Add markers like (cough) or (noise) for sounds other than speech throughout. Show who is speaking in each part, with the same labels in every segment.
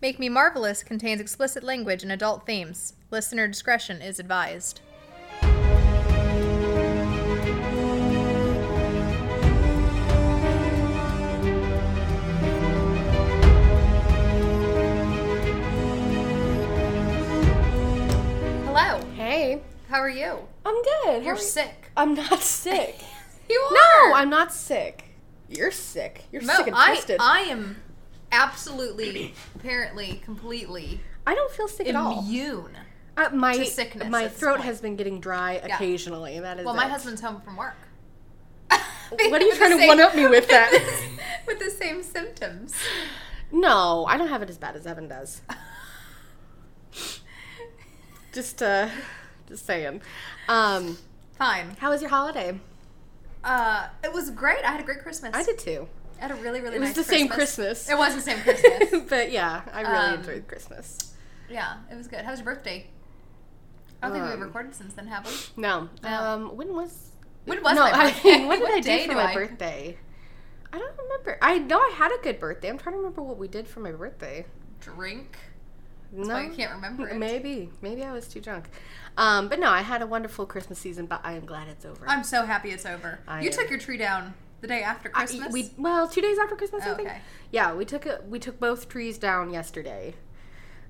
Speaker 1: Make Me Marvelous contains explicit language and adult themes. Listener discretion is advised. Hello,
Speaker 2: Hey,
Speaker 1: how are you?
Speaker 2: I'm good.
Speaker 1: You're
Speaker 2: How are
Speaker 1: (laughs)
Speaker 2: you-
Speaker 1: sick.
Speaker 2: I'm not sick.
Speaker 1: You
Speaker 2: (laughs) no, I'm not sick. You're sick. You're
Speaker 1: No,
Speaker 2: sick and
Speaker 1: I,
Speaker 2: twisted. I,
Speaker 1: I am absolutely, apparently, completely
Speaker 2: don't feel sick at all.
Speaker 1: immune.
Speaker 2: Uh, my
Speaker 1: to sickness
Speaker 2: my
Speaker 1: at this
Speaker 2: throat
Speaker 1: point.
Speaker 2: has been getting dry
Speaker 1: Yeah.
Speaker 2: occasionally. That is.
Speaker 1: Well, my
Speaker 2: it.
Speaker 1: husband's home from work. (laughs)
Speaker 2: What are you trying to one-up me with that?
Speaker 1: with the same symptoms.
Speaker 2: No, I don't have it as bad as
Speaker 1: (laughs)
Speaker 2: Evan does. Just uh, just saying. Um,
Speaker 1: Fine.
Speaker 2: how was your holiday?
Speaker 1: Uh, it was great. I had a great Christmas.
Speaker 2: I did too.
Speaker 1: I had a really, really
Speaker 2: It was
Speaker 1: nice
Speaker 2: the same Christmas.
Speaker 1: It was the same Christmas.
Speaker 2: (laughs) but yeah, I really
Speaker 1: Um,
Speaker 2: enjoyed Christmas.
Speaker 1: yeah, it was good. How was your birthday? I don't think
Speaker 2: Um,
Speaker 1: we've recorded since then, have we?
Speaker 2: No.
Speaker 1: No.
Speaker 2: Um, when was
Speaker 1: When was
Speaker 2: no,
Speaker 1: my
Speaker 2: I-
Speaker 1: birthday?
Speaker 2: (laughs) what did I do
Speaker 1: day
Speaker 2: for my birthday? (laughs) I don't remember. I know I had a good birthday. I'm trying to remember what we did for my birthday.
Speaker 1: Drink.
Speaker 2: No,
Speaker 1: why you can't remember it.
Speaker 2: Maybe, maybe I was too drunk. Um, but no, I had a wonderful Christmas season. But I am glad it's over.
Speaker 1: I'm so happy it's over.
Speaker 2: I
Speaker 1: you
Speaker 2: am.
Speaker 1: took your tree down the day after
Speaker 2: I-
Speaker 1: Christmas.
Speaker 2: we well, two days after Christmas, I think.
Speaker 1: Okay.
Speaker 2: Yeah, we took a, we took both trees down yesterday,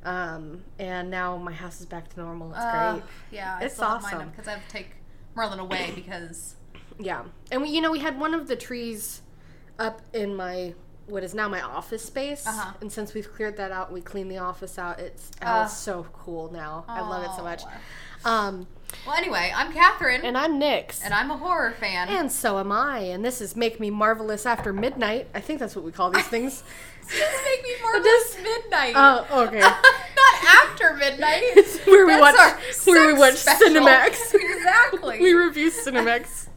Speaker 2: um, and now my house is back to normal. It's
Speaker 1: Uh,
Speaker 2: great.
Speaker 1: yeah, I
Speaker 2: It's
Speaker 1: still have mine
Speaker 2: awesome.
Speaker 1: up because I have to take Merlin away because
Speaker 2: Yeah, and we, you know, we had one of the trees up in my what is now my office space,
Speaker 1: Uh-huh.
Speaker 2: and since we've cleared that out, we cleaned the office out. It's oh,
Speaker 1: Ah.
Speaker 2: it's so cool now. I love it so much.
Speaker 1: Oh.
Speaker 2: Um,
Speaker 1: Well, anyway, I'm Catherine, and,
Speaker 2: and I'm Nyx, and,
Speaker 1: I'm a horror fan.
Speaker 2: so am I. And this is Make Me Marvelous After Midnight. I think that's what we call these
Speaker 1: (laughs)
Speaker 2: things.
Speaker 1: Just make me more
Speaker 2: does-
Speaker 1: midnight. (laughs)
Speaker 2: Oh, okay.
Speaker 1: Not after midnight.
Speaker 2: (laughs) It's where we
Speaker 1: That's
Speaker 2: watch
Speaker 1: our
Speaker 2: where we watch
Speaker 1: sex special. (laughs)
Speaker 2: Cinemax.
Speaker 1: exactly.
Speaker 2: (laughs) we
Speaker 1: (laughs)
Speaker 2: review Cinemax.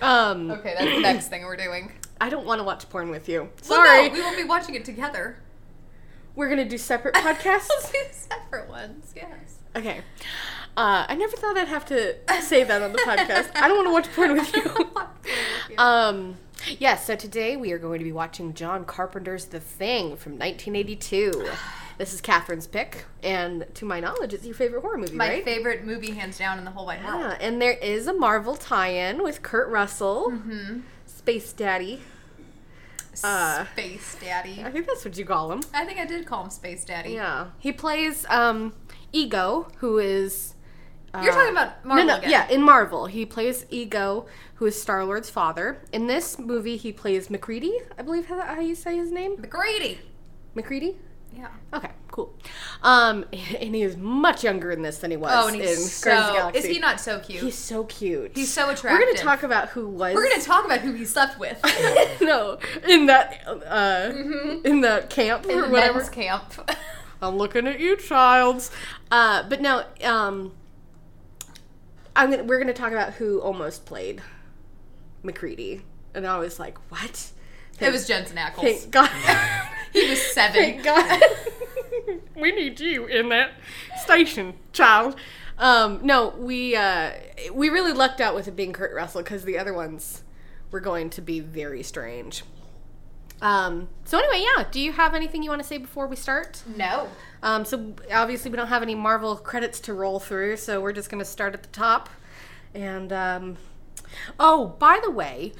Speaker 2: Um,
Speaker 1: okay, that's the next thing we're doing.
Speaker 2: I don't want to watch porn with you.
Speaker 1: Well,
Speaker 2: Sorry,
Speaker 1: no, we will be watching it together.
Speaker 2: we're gonna do separate podcasts.
Speaker 1: (laughs) We'll do separate ones. Yes.
Speaker 2: Okay. Uh, I never thought I'd have to say that on the podcast. (laughs) I don't want to watch porn with you. um, yes, so today we are going to be watching John Carpenter's The Thing from (sighs) 1982. This is Catherine's pick, and to my knowledge, it's your favorite horror movie,
Speaker 1: My
Speaker 2: right?
Speaker 1: favorite movie, hands down, in the whole wide world.
Speaker 2: yeah, and there is a Marvel tie-in with Kurt Russell, Space Daddy. Uh,
Speaker 1: Space Daddy.
Speaker 2: I think that's what you call him.
Speaker 1: I think I did call him Space Daddy.
Speaker 2: Yeah, he plays um, Ego, who is. Uh,
Speaker 1: You're talking about Marvel
Speaker 2: no, no,
Speaker 1: again.
Speaker 2: yeah, in Marvel, he plays Ego, who is Star Lord's father. In this movie, he plays McCready. I believe how, how you say his name,
Speaker 1: McGrady.
Speaker 2: McCready.
Speaker 1: Yeah.
Speaker 2: Okay, cool. Um, (laughs) and he is much younger in this than he was.
Speaker 1: Oh, and
Speaker 2: in
Speaker 1: he's
Speaker 2: Guardians of the
Speaker 1: so. Is
Speaker 2: Galaxy.
Speaker 1: he not so cute?
Speaker 2: He's so cute.
Speaker 1: He's so
Speaker 2: We're
Speaker 1: attractive.
Speaker 2: gonna talk about who was.
Speaker 1: We're gonna talk about who he slept with.
Speaker 2: (laughs) no, in that uh, in that camp or
Speaker 1: Mm-hmm. (clears throat) in
Speaker 2: whatever.
Speaker 1: men's camp. (laughs)
Speaker 2: I'm looking at you, childs. Uh, but no, um, I'm gonna, we're going to talk about who almost played McCready, and I was like, what?
Speaker 1: it was Jensen Ackles.
Speaker 2: (laughs) Thank God.
Speaker 1: (laughs) He was seven.
Speaker 2: Thank God. (laughs) we need you in that station, child. Um, no, we uh, we really lucked out with it being Kurt Russell because the other ones were going to be very strange. Um, so anyway, yeah. Do you have anything you want to say before we start?
Speaker 1: No.
Speaker 2: Um, so obviously we don't have any Marvel credits to roll through, so we're just gonna start at the top. And um, oh, by the way,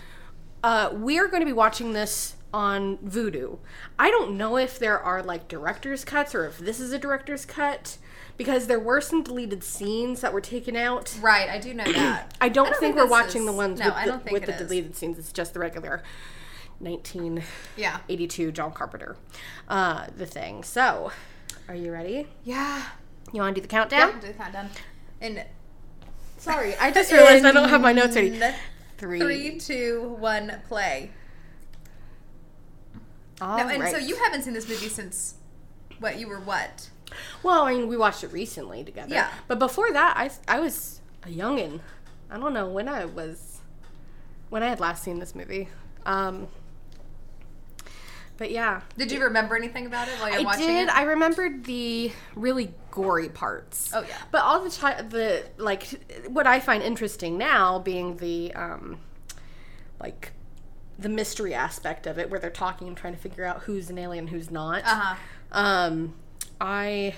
Speaker 2: uh, we're going to be watching this on Vudu. I don't know if there are like director's cuts or if this is a director's cut because there were some deleted scenes that were taken out.
Speaker 1: Right, I do know that.
Speaker 2: (clears throat) I don't,
Speaker 1: I don't
Speaker 2: think,
Speaker 1: think
Speaker 2: we're
Speaker 1: this
Speaker 2: watching
Speaker 1: is-
Speaker 2: the ones
Speaker 1: no,
Speaker 2: with
Speaker 1: I
Speaker 2: the,
Speaker 1: don't think
Speaker 2: with
Speaker 1: it
Speaker 2: the
Speaker 1: is.
Speaker 2: deleted scenes. It's just the regular 1982
Speaker 1: yeah.
Speaker 2: John Carpenter, uh, the thing. So, are you ready?
Speaker 1: Yeah.
Speaker 2: You want to do the
Speaker 1: Yeah.
Speaker 2: countdown?
Speaker 1: Do the countdown. And sorry, I
Speaker 2: just realized (laughs) I don't have my notes ready.
Speaker 1: In
Speaker 2: (laughs) Three.
Speaker 1: Three, two, one, play.
Speaker 2: All
Speaker 1: No, and so
Speaker 2: right.
Speaker 1: you haven't seen this movie since what you were what?
Speaker 2: Well, I mean, we watched it recently together.
Speaker 1: Yeah.
Speaker 2: But before that, I I was a youngin. I don't know when I was when I had last seen this movie. Um. But yeah,
Speaker 1: Did you remember anything about it while you were
Speaker 2: I
Speaker 1: watching
Speaker 2: did.
Speaker 1: it?
Speaker 2: I remembered the really gory parts.
Speaker 1: Oh, yeah.
Speaker 2: But all the chi- the like what I find interesting now being the um like the mystery aspect of it where they're talking and trying to figure out who's an alien who's not
Speaker 1: Uh huh.
Speaker 2: Um, I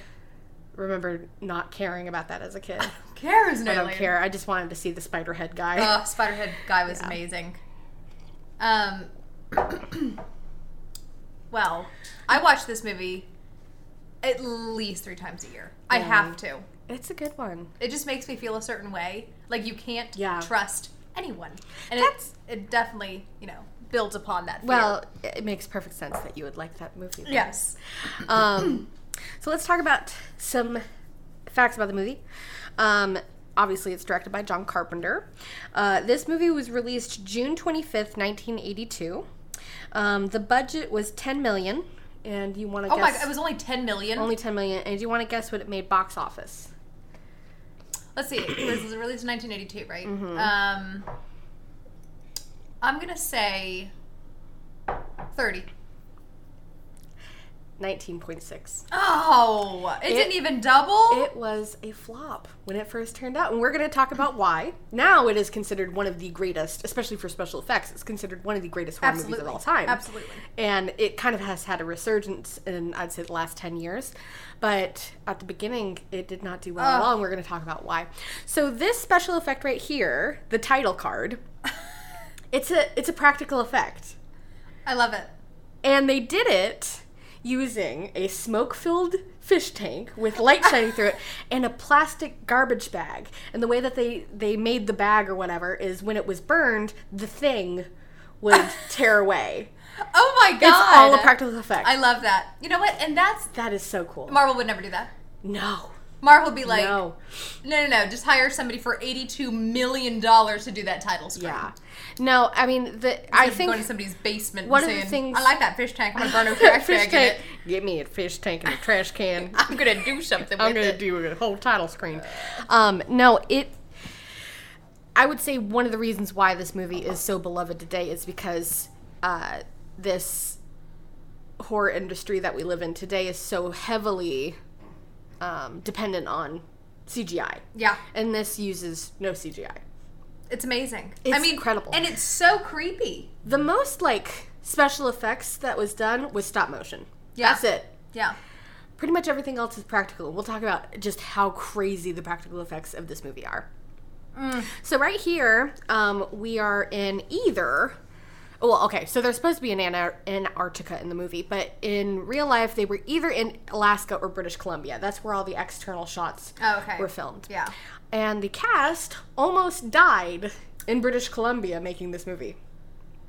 Speaker 2: remember not caring about that as a kid.
Speaker 1: Cares
Speaker 2: I don't care. I just wanted to see the spider head guy.
Speaker 1: Oh, Spiderhead guy was amazing. Um, (clears throat) well, I watch this movie at least three times a year. I have to.
Speaker 2: it's a good one.
Speaker 1: It just makes me feel a certain way. Like you can't
Speaker 2: Yeah.
Speaker 1: trust anyone, and
Speaker 2: That's-
Speaker 1: it, it definitely you know builds upon that. Fear.
Speaker 2: Well, it makes perfect sense that you would like that movie. then.
Speaker 1: yes,
Speaker 2: Um, so let's talk about some facts about the movie. Um, obviously, it's directed by John Carpenter. Uh, this movie was released June 25th, 1982. Um, the budget was 10 million, and you want to
Speaker 1: Oh my
Speaker 2: guess
Speaker 1: god, it was only 10 million.
Speaker 2: only 10 million. And you want to guess what it made box office?
Speaker 1: Let's see. It was released in 1982, right?
Speaker 2: Mm-hmm.
Speaker 1: Um I'm going to say 30.
Speaker 2: 19.6.
Speaker 1: Oh, it, didn't even double?
Speaker 2: It was a flop when it first turned out, and we're going to talk about why. Now it is considered one of the greatest, especially for special effects. It's considered one of the greatest horror movies of all time.
Speaker 1: Absolutely.
Speaker 2: and it kind of has had a resurgence in I'd say the last 10 years. But at the beginning, it did not do well at all, and we're going to talk about why. So this special effect right here, the title card, it's a it's a practical effect,
Speaker 1: (laughs) I love it.
Speaker 2: and they did it using a smoke-filled fish tank with light shining
Speaker 1: (laughs)
Speaker 2: through it and a plastic garbage bag. And the way that they they made the bag or whatever is when it was burned, the thing
Speaker 1: (laughs)
Speaker 2: would tear away.
Speaker 1: Oh my god.
Speaker 2: It's all a practical effect.
Speaker 1: I love that. You know what? And that's
Speaker 2: That is so cool.
Speaker 1: Marvel would never do that.
Speaker 2: no.
Speaker 1: Marvel would be like, no,
Speaker 2: no.
Speaker 1: no, no, just hire somebody for 82 million dollars to do that title screen.
Speaker 2: Yeah. No, I mean the I think (laughs)
Speaker 1: going to somebody's basement
Speaker 2: one
Speaker 1: and
Speaker 2: of the
Speaker 1: saying,
Speaker 2: things-
Speaker 1: I like that fish tank. I'm going to
Speaker 2: (laughs)
Speaker 1: burn a trash
Speaker 2: Fish
Speaker 1: bag in
Speaker 2: tank-
Speaker 1: it.
Speaker 2: Get me a fish tank and a trash can.
Speaker 1: (laughs) I'm going to do something
Speaker 2: I'm
Speaker 1: with
Speaker 2: gonna
Speaker 1: it.
Speaker 2: do a whole title screen. Um, no, it. I would say one of the reasons why this movie is so beloved today is because uh, this horror industry that we live in today is so heavily um, dependent on CGI,
Speaker 1: yeah.
Speaker 2: and this uses no CGI.
Speaker 1: It's amazing. I
Speaker 2: It's
Speaker 1: mean,
Speaker 2: incredible.
Speaker 1: and it's so creepy.
Speaker 2: The most like special effects that was done was stop motion.
Speaker 1: Yeah.
Speaker 2: That's it.
Speaker 1: Yeah,
Speaker 2: Pretty much everything else is practical. We'll talk about just how crazy the practical effects of this movie are.
Speaker 1: Mm.
Speaker 2: So right here, um, we are in either. Well, okay, so they're supposed to be in Anar- Antarctica in the movie, but in real life, they were either in Alaska or British Columbia. That's where all the external shots
Speaker 1: Oh, okay.
Speaker 2: were filmed.
Speaker 1: yeah.
Speaker 2: And the cast almost died in British Columbia making this movie.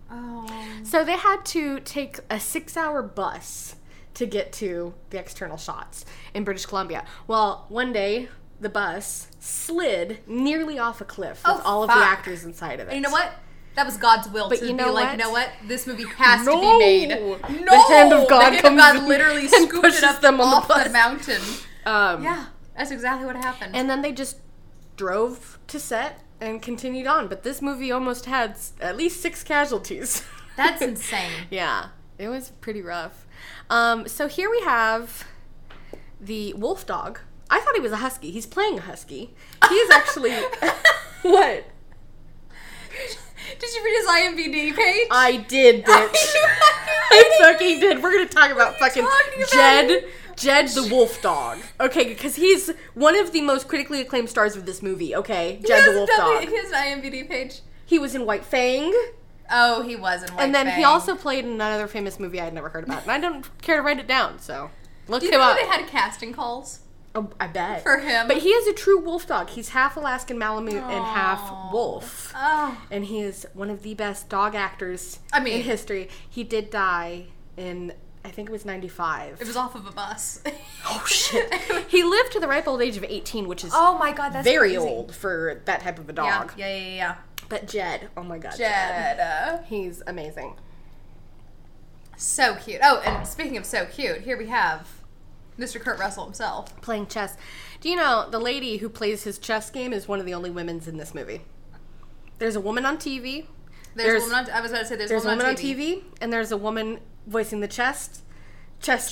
Speaker 1: Oh,
Speaker 2: So they had to take a six hour bus to get to the external shots in British Columbia. Well, one day the bus slid nearly off a cliff with
Speaker 1: Oh,
Speaker 2: all of the
Speaker 1: fuck.
Speaker 2: actors inside of it.
Speaker 1: you know what? That was God's will
Speaker 2: But
Speaker 1: to
Speaker 2: you
Speaker 1: be
Speaker 2: know
Speaker 1: like,
Speaker 2: what?
Speaker 1: you know what? This movie has to
Speaker 2: No!
Speaker 1: be made. No,
Speaker 2: The hand of God
Speaker 1: the hand
Speaker 2: comes
Speaker 1: of God
Speaker 2: in
Speaker 1: literally
Speaker 2: (laughs) and
Speaker 1: scooped
Speaker 2: pushes
Speaker 1: it up
Speaker 2: them on the
Speaker 1: off the,
Speaker 2: bus.
Speaker 1: mountain.
Speaker 2: Um,
Speaker 1: Yeah, that's exactly what happened.
Speaker 2: And then they just drove to set and continued on. But this movie almost had s- at least six casualties. (laughs)
Speaker 1: That's insane.
Speaker 2: Yeah, it was pretty rough. Um, so here we have the wolf dog. I thought he was a husky. He's playing a husky. He is actually
Speaker 1: (laughs)
Speaker 2: what?
Speaker 1: (laughs) Did you read his IMDb page? (laughs)
Speaker 2: I did, (laughs) bitch. I fucking did. We're gonna talk about
Speaker 1: What are you
Speaker 2: fucking
Speaker 1: talking about?
Speaker 2: Jed. Jed the wolf dog. Okay, because he's one of the most critically acclaimed stars of this movie. Okay,
Speaker 1: he
Speaker 2: Jed
Speaker 1: has
Speaker 2: the wolf
Speaker 1: a W-
Speaker 2: dog.
Speaker 1: He has an IMDb page.
Speaker 2: He was in White Fang,
Speaker 1: Oh, he was in White
Speaker 2: and then he
Speaker 1: Fang.
Speaker 2: also played in another famous movie I had never heard about, and I don't care to write it down. So look
Speaker 1: Do you
Speaker 2: him
Speaker 1: know
Speaker 2: up.
Speaker 1: they had casting calls
Speaker 2: Oh, I bet.
Speaker 1: for him?
Speaker 2: But he is a true wolf dog. He's half Alaskan Malamute and
Speaker 1: Aw.
Speaker 2: half wolf.
Speaker 1: oh,
Speaker 2: And he is one of the best dog actors
Speaker 1: I mean-
Speaker 2: in history. He did die in, I think it was 95.
Speaker 1: it was off of a bus.
Speaker 2: (laughs) oh, shit. he lived to the ripe old age of 18, which is
Speaker 1: (laughs) Oh my god, that's
Speaker 2: very
Speaker 1: crazy.
Speaker 2: old for that type of a
Speaker 1: Yeah,
Speaker 2: dog.
Speaker 1: yeah, yeah, yeah.
Speaker 2: But Jed, oh my god.
Speaker 1: Jed, uh,
Speaker 2: He's amazing.
Speaker 1: so cute. Oh, and speaking of so cute, here we have Mr. Kurt Russell himself.
Speaker 2: Playing chess. Do you know the lady who plays his chess game is one of the only women's in this movie? There's a woman on TV
Speaker 1: There's,
Speaker 2: There's-
Speaker 1: a woman on, I was about to say there's,
Speaker 2: There's
Speaker 1: a woman,
Speaker 2: on TV. and there's a woman voicing the chest chess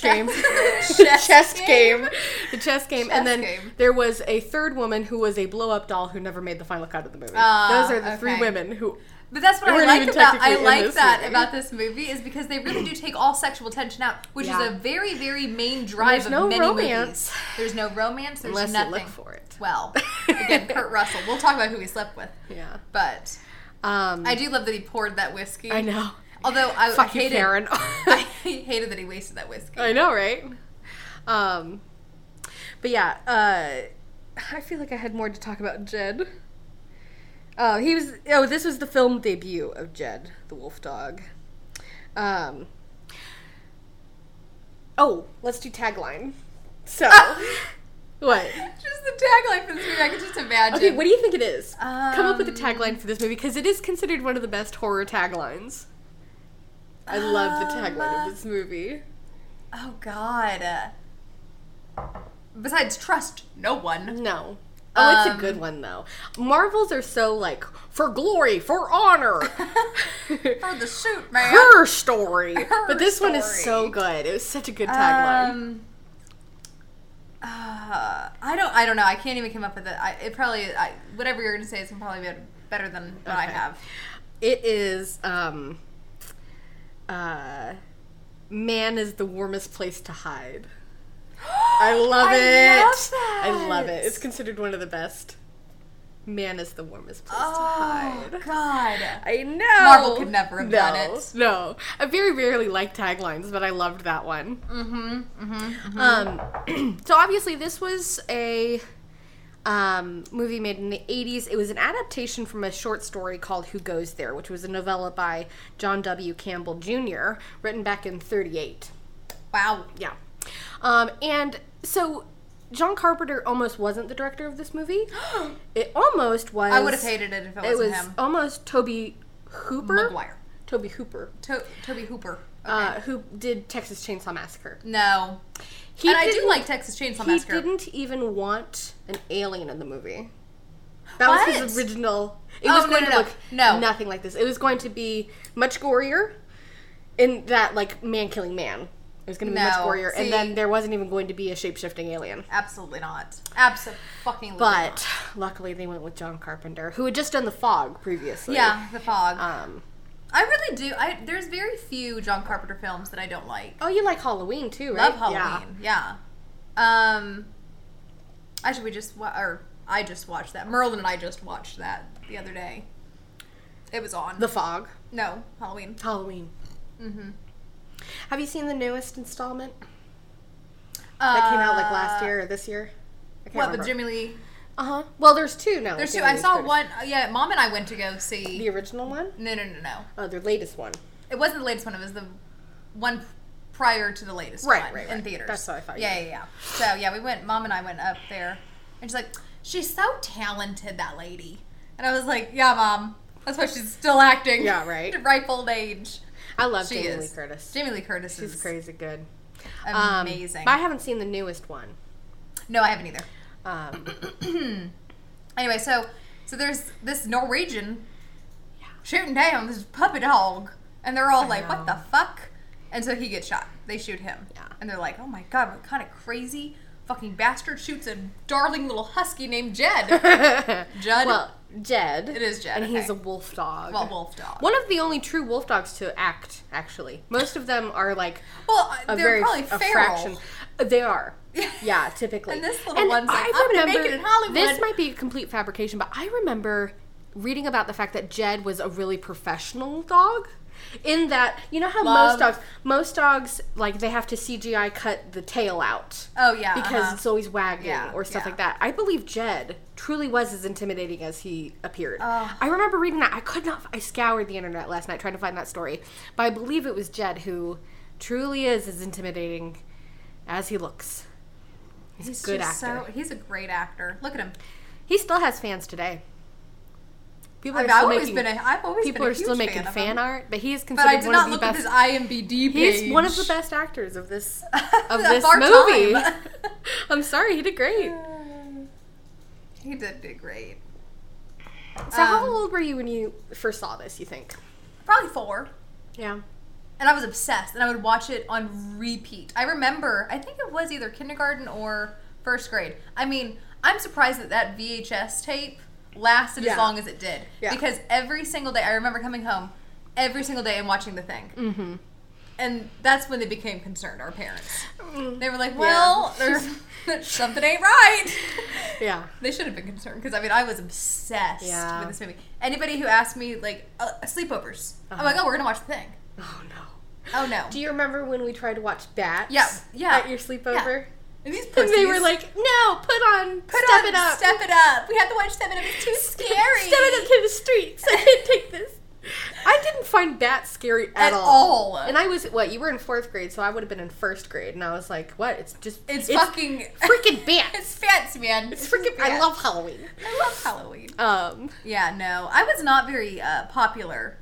Speaker 1: (laughs)
Speaker 2: game.
Speaker 1: Chess game.
Speaker 2: The chess game.
Speaker 1: Chess
Speaker 2: and then
Speaker 1: game.
Speaker 2: there was a third woman who was a blow up doll who never made the final cut of the movie.
Speaker 1: Ah,
Speaker 2: Those are the three
Speaker 1: okay.
Speaker 2: women who
Speaker 1: But that's what
Speaker 2: We're
Speaker 1: I
Speaker 2: not
Speaker 1: like
Speaker 2: even
Speaker 1: about I
Speaker 2: technically in
Speaker 1: like
Speaker 2: this
Speaker 1: that
Speaker 2: movie.
Speaker 1: about this movie is because they really do
Speaker 2: (clears throat)
Speaker 1: take all sexual tension out, which
Speaker 2: Yeah.
Speaker 1: is a very very main drive
Speaker 2: There's
Speaker 1: of
Speaker 2: no
Speaker 1: many
Speaker 2: romance.
Speaker 1: movies. There's no romance. There's
Speaker 2: Unless
Speaker 1: nothing.
Speaker 2: you look for it.
Speaker 1: Well,
Speaker 2: (laughs)
Speaker 1: again, Kurt Russell. We'll talk about who he slept with,
Speaker 2: Yeah.
Speaker 1: but
Speaker 2: Um,
Speaker 1: I
Speaker 2: I,
Speaker 1: do love that he poured that whiskey.
Speaker 2: know.
Speaker 1: Although I
Speaker 2: Fuck you,
Speaker 1: hated,
Speaker 2: Karen.
Speaker 1: (laughs) I hated that he wasted that whiskey.
Speaker 2: (laughs) I know, right? Um, but yeah, uh, I feel like I had more to talk about Jed. Uh, he was oh, this was the film debut of Jed the Wolf Dog. Um, oh, let's do tagline. So, what?
Speaker 1: Just the tagline for this movie, I could just imagine.
Speaker 2: Okay, what do you think it is? Come up with a
Speaker 1: Um,
Speaker 2: tagline for this movie because it is considered one of the best horror taglines. I love the tagline of this movie.
Speaker 1: Oh God. Uh, Besides, trust no
Speaker 2: (laughs)
Speaker 1: one.
Speaker 2: No. Oh, it's
Speaker 1: Um,
Speaker 2: a good one though. Marvels are so like for glory,
Speaker 1: (laughs)
Speaker 2: for honor,
Speaker 1: For the suit, man.
Speaker 2: her story.
Speaker 1: Her
Speaker 2: but this one is
Speaker 1: story.
Speaker 2: so good. It was such a good tagline.
Speaker 1: Um, uh, I don't. I don't know. I can't even come up with it. I, it probably. I, whatever you're gonna say is gonna probably be better than what I
Speaker 2: Okay.
Speaker 1: have.
Speaker 2: it is um, uh, man is the warmest place to hide. (gasps) I love
Speaker 1: I
Speaker 2: it.
Speaker 1: love that.
Speaker 2: I love it. It's considered one of the best. Man is the warmest place
Speaker 1: Oh
Speaker 2: to hide.
Speaker 1: God.
Speaker 2: I know.
Speaker 1: Marvel could never have done
Speaker 2: No,
Speaker 1: it.
Speaker 2: No, I very rarely like taglines, but I loved that one.
Speaker 1: Mm-hmm. Mm-hmm.
Speaker 2: Um, (clears throat) so obviously, this was a um, movie made in the 80s. It was an adaptation from a short story called Who Goes There, which was a novella by John W. Campbell Jr., written back in 38.
Speaker 1: Wow.
Speaker 2: (gasps) Yeah. Um, and so John Carpenter almost wasn't the director of this movie.
Speaker 1: (gasps)
Speaker 2: It almost was.
Speaker 1: I would have hated it if it,
Speaker 2: It was
Speaker 1: wasn't him.
Speaker 2: almost Toby Hooper.
Speaker 1: McGuire.
Speaker 2: Toby Hooper.
Speaker 1: To- Toby Hooper. Okay.
Speaker 2: Uh, who did Texas Chainsaw Massacre?
Speaker 1: no.
Speaker 2: He
Speaker 1: and I do
Speaker 2: didn't-
Speaker 1: like Texas Chainsaw
Speaker 2: He
Speaker 1: Massacre.
Speaker 2: didn't even want an alien in the movie. That was his
Speaker 1: What?
Speaker 2: original. It
Speaker 1: Oh,
Speaker 2: was
Speaker 1: no,
Speaker 2: going
Speaker 1: no,
Speaker 2: to
Speaker 1: no.
Speaker 2: look
Speaker 1: No.
Speaker 2: nothing like this. It was going to be much gorier, in that like man killing man. It was going to be much
Speaker 1: No,
Speaker 2: gorier,
Speaker 1: see-
Speaker 2: and then there wasn't even going to be a shape shifting alien.
Speaker 1: Absolutely not. Absolutely fucking.
Speaker 2: But luckily, they went with John Carpenter, who had just done The Fog previously.
Speaker 1: yeah, the fog.
Speaker 2: Um.
Speaker 1: I really do. I there's very few John Carpenter films that I don't like.
Speaker 2: Oh, you like Halloween too, right?
Speaker 1: Love Halloween. Yeah. Um. Actually, we just wa- or I just watched that. Merlin and I just watched that the other day. It was on.
Speaker 2: The Fog.
Speaker 1: no Halloween.
Speaker 2: Halloween.
Speaker 1: Mm-hmm.
Speaker 2: Have you seen the newest installment that came out like last year or this year? I can't
Speaker 1: Uh, What
Speaker 2: remember.
Speaker 1: with Jimmy Lee?
Speaker 2: Uh huh. Well, there's two now.
Speaker 1: There's two.
Speaker 2: with Jamie
Speaker 1: I
Speaker 2: Lee
Speaker 1: saw
Speaker 2: Curtis.
Speaker 1: one. uh, Yeah, mom and I went to go see.
Speaker 2: The original one?
Speaker 1: No, no, no, no.
Speaker 2: Oh, the latest one.
Speaker 1: It wasn't the latest one. It was the one prior to the latest
Speaker 2: Right,
Speaker 1: one
Speaker 2: right,
Speaker 1: in
Speaker 2: right.
Speaker 1: theaters.
Speaker 2: That's what I thought,
Speaker 1: Yeah, yeah, yeah. So yeah, we went. Mom and I went up there, and she's like, "She's so talented, that lady." And I was like, "Yeah, mom. That's why she's still acting.
Speaker 2: Yeah, right.
Speaker 1: to (laughs) ripe old age.
Speaker 2: I love
Speaker 1: She
Speaker 2: Jamie
Speaker 1: is.
Speaker 2: Lee Curtis.
Speaker 1: Jamie Lee Curtis
Speaker 2: She's
Speaker 1: is
Speaker 2: crazy good. Um,
Speaker 1: amazing.
Speaker 2: but I haven't seen the newest one.
Speaker 1: no, I haven't either.
Speaker 2: Um,
Speaker 1: (laughs)
Speaker 2: (laughs)
Speaker 1: Anyway, so so there's this Norwegian shooting down this puppy dog, and they're all like, "What
Speaker 2: know.
Speaker 1: the fuck?" And so he gets shot. They shoot him,
Speaker 2: Yeah.
Speaker 1: and they're like, "Oh my god, what kind of crazy fucking bastard shoots a darling little husky named
Speaker 2: (laughs)
Speaker 1: Jed?" Judd.
Speaker 2: Well, Jed.
Speaker 1: It is Jed,
Speaker 2: And he's
Speaker 1: okay.
Speaker 2: a wolf dog.
Speaker 1: well, wolf dog.
Speaker 2: One of the only true wolf dogs to act, actually. Most of them are like
Speaker 1: Well, they're
Speaker 2: a very
Speaker 1: probably
Speaker 2: a
Speaker 1: feral.
Speaker 2: fraction. Uh,
Speaker 1: (laughs)
Speaker 2: They are. Yeah, typically.
Speaker 1: And this little one's like, "I'm gonna make it in Hollywood."
Speaker 2: This might be a complete fabrication, but I remember reading about the fact that Jed was a really professional dog. In that, you know how
Speaker 1: Love.
Speaker 2: most dogs, most dogs like they have to CGI cut the tail out
Speaker 1: Oh yeah,
Speaker 2: because
Speaker 1: uh-huh.
Speaker 2: it's always wagging
Speaker 1: Yeah,
Speaker 2: or stuff
Speaker 1: yeah.
Speaker 2: like that. I believe Jed truly was as intimidating as he appeared.
Speaker 1: Ugh.
Speaker 2: I remember reading that. I could not. I scoured the internet last night trying to find that story, but I believe it was Jed who truly is as intimidating as he looks. He's,
Speaker 1: he's
Speaker 2: a good
Speaker 1: just
Speaker 2: actor.
Speaker 1: So, he's a great actor. Look at him.
Speaker 2: He still has fans today. People
Speaker 1: I
Speaker 2: are
Speaker 1: mean, I've
Speaker 2: still
Speaker 1: always
Speaker 2: making,
Speaker 1: been a. I've always
Speaker 2: people
Speaker 1: been a
Speaker 2: are still
Speaker 1: huge
Speaker 2: making
Speaker 1: fan, of
Speaker 2: fan
Speaker 1: him.
Speaker 2: art, but he is
Speaker 1: But
Speaker 2: considered
Speaker 1: I did
Speaker 2: one
Speaker 1: not
Speaker 2: of
Speaker 1: look
Speaker 2: the
Speaker 1: at
Speaker 2: best.
Speaker 1: his IMDb
Speaker 2: (laughs)
Speaker 1: page.
Speaker 2: He's one of the best actors of this of
Speaker 1: (laughs) Of
Speaker 2: this
Speaker 1: our
Speaker 2: movie.
Speaker 1: time.
Speaker 2: (laughs)
Speaker 1: (laughs)
Speaker 2: I'm sorry, he did great.
Speaker 1: He did do great.
Speaker 2: So how
Speaker 1: Um,
Speaker 2: old were you when you first saw this? You think?
Speaker 1: Probably four.
Speaker 2: Yeah.
Speaker 1: And I was obsessed, and I would watch it on repeat. I remember, I think it was either kindergarten or first grade. I mean, I'm surprised that that VHS tape lasted
Speaker 2: Yeah.
Speaker 1: as long as it did.
Speaker 2: Yeah.
Speaker 1: Because every single day, I remember coming home every single day and watching the thing. Mm-hmm. And that's when they became concerned, our parents.
Speaker 2: Mm.
Speaker 1: They were like, well,
Speaker 2: (laughs)
Speaker 1: there's something ain't right.
Speaker 2: Yeah.
Speaker 1: They should have been concerned because I mean I was obsessed
Speaker 2: Yeah.
Speaker 1: with this movie. Anybody who asked me like uh, sleepovers, I'm like, oh, we're gonna watch the thing.
Speaker 2: Oh no.
Speaker 1: Oh no,
Speaker 2: Uh-huh. Do you remember when we tried to watch Bats?
Speaker 1: Yeah, yeah,
Speaker 2: At your sleepover.
Speaker 1: and these
Speaker 2: (laughs) And they
Speaker 1: pussies-
Speaker 2: were like, "No, put on,
Speaker 1: Put
Speaker 2: step
Speaker 1: on,
Speaker 2: it up,
Speaker 1: step it up. We had to watch step it up.
Speaker 2: (laughs)
Speaker 1: It's too
Speaker 2: Step-
Speaker 1: scary.
Speaker 2: step it up to the streets. I can't take this." I didn't find Bats scary
Speaker 1: At
Speaker 2: at,
Speaker 1: all.
Speaker 2: And I was what you were in fourth grade, so I would have been in first grade, and I was like, "What? It's just
Speaker 1: It's, fucking
Speaker 2: freaking
Speaker 1: (laughs)
Speaker 2: Bats.
Speaker 1: It's fancy, man.
Speaker 2: It's freaking. I
Speaker 1: Bats.
Speaker 2: love Halloween."
Speaker 1: I love Halloween.
Speaker 2: Um,
Speaker 1: Yeah, no, I was not very uh, popular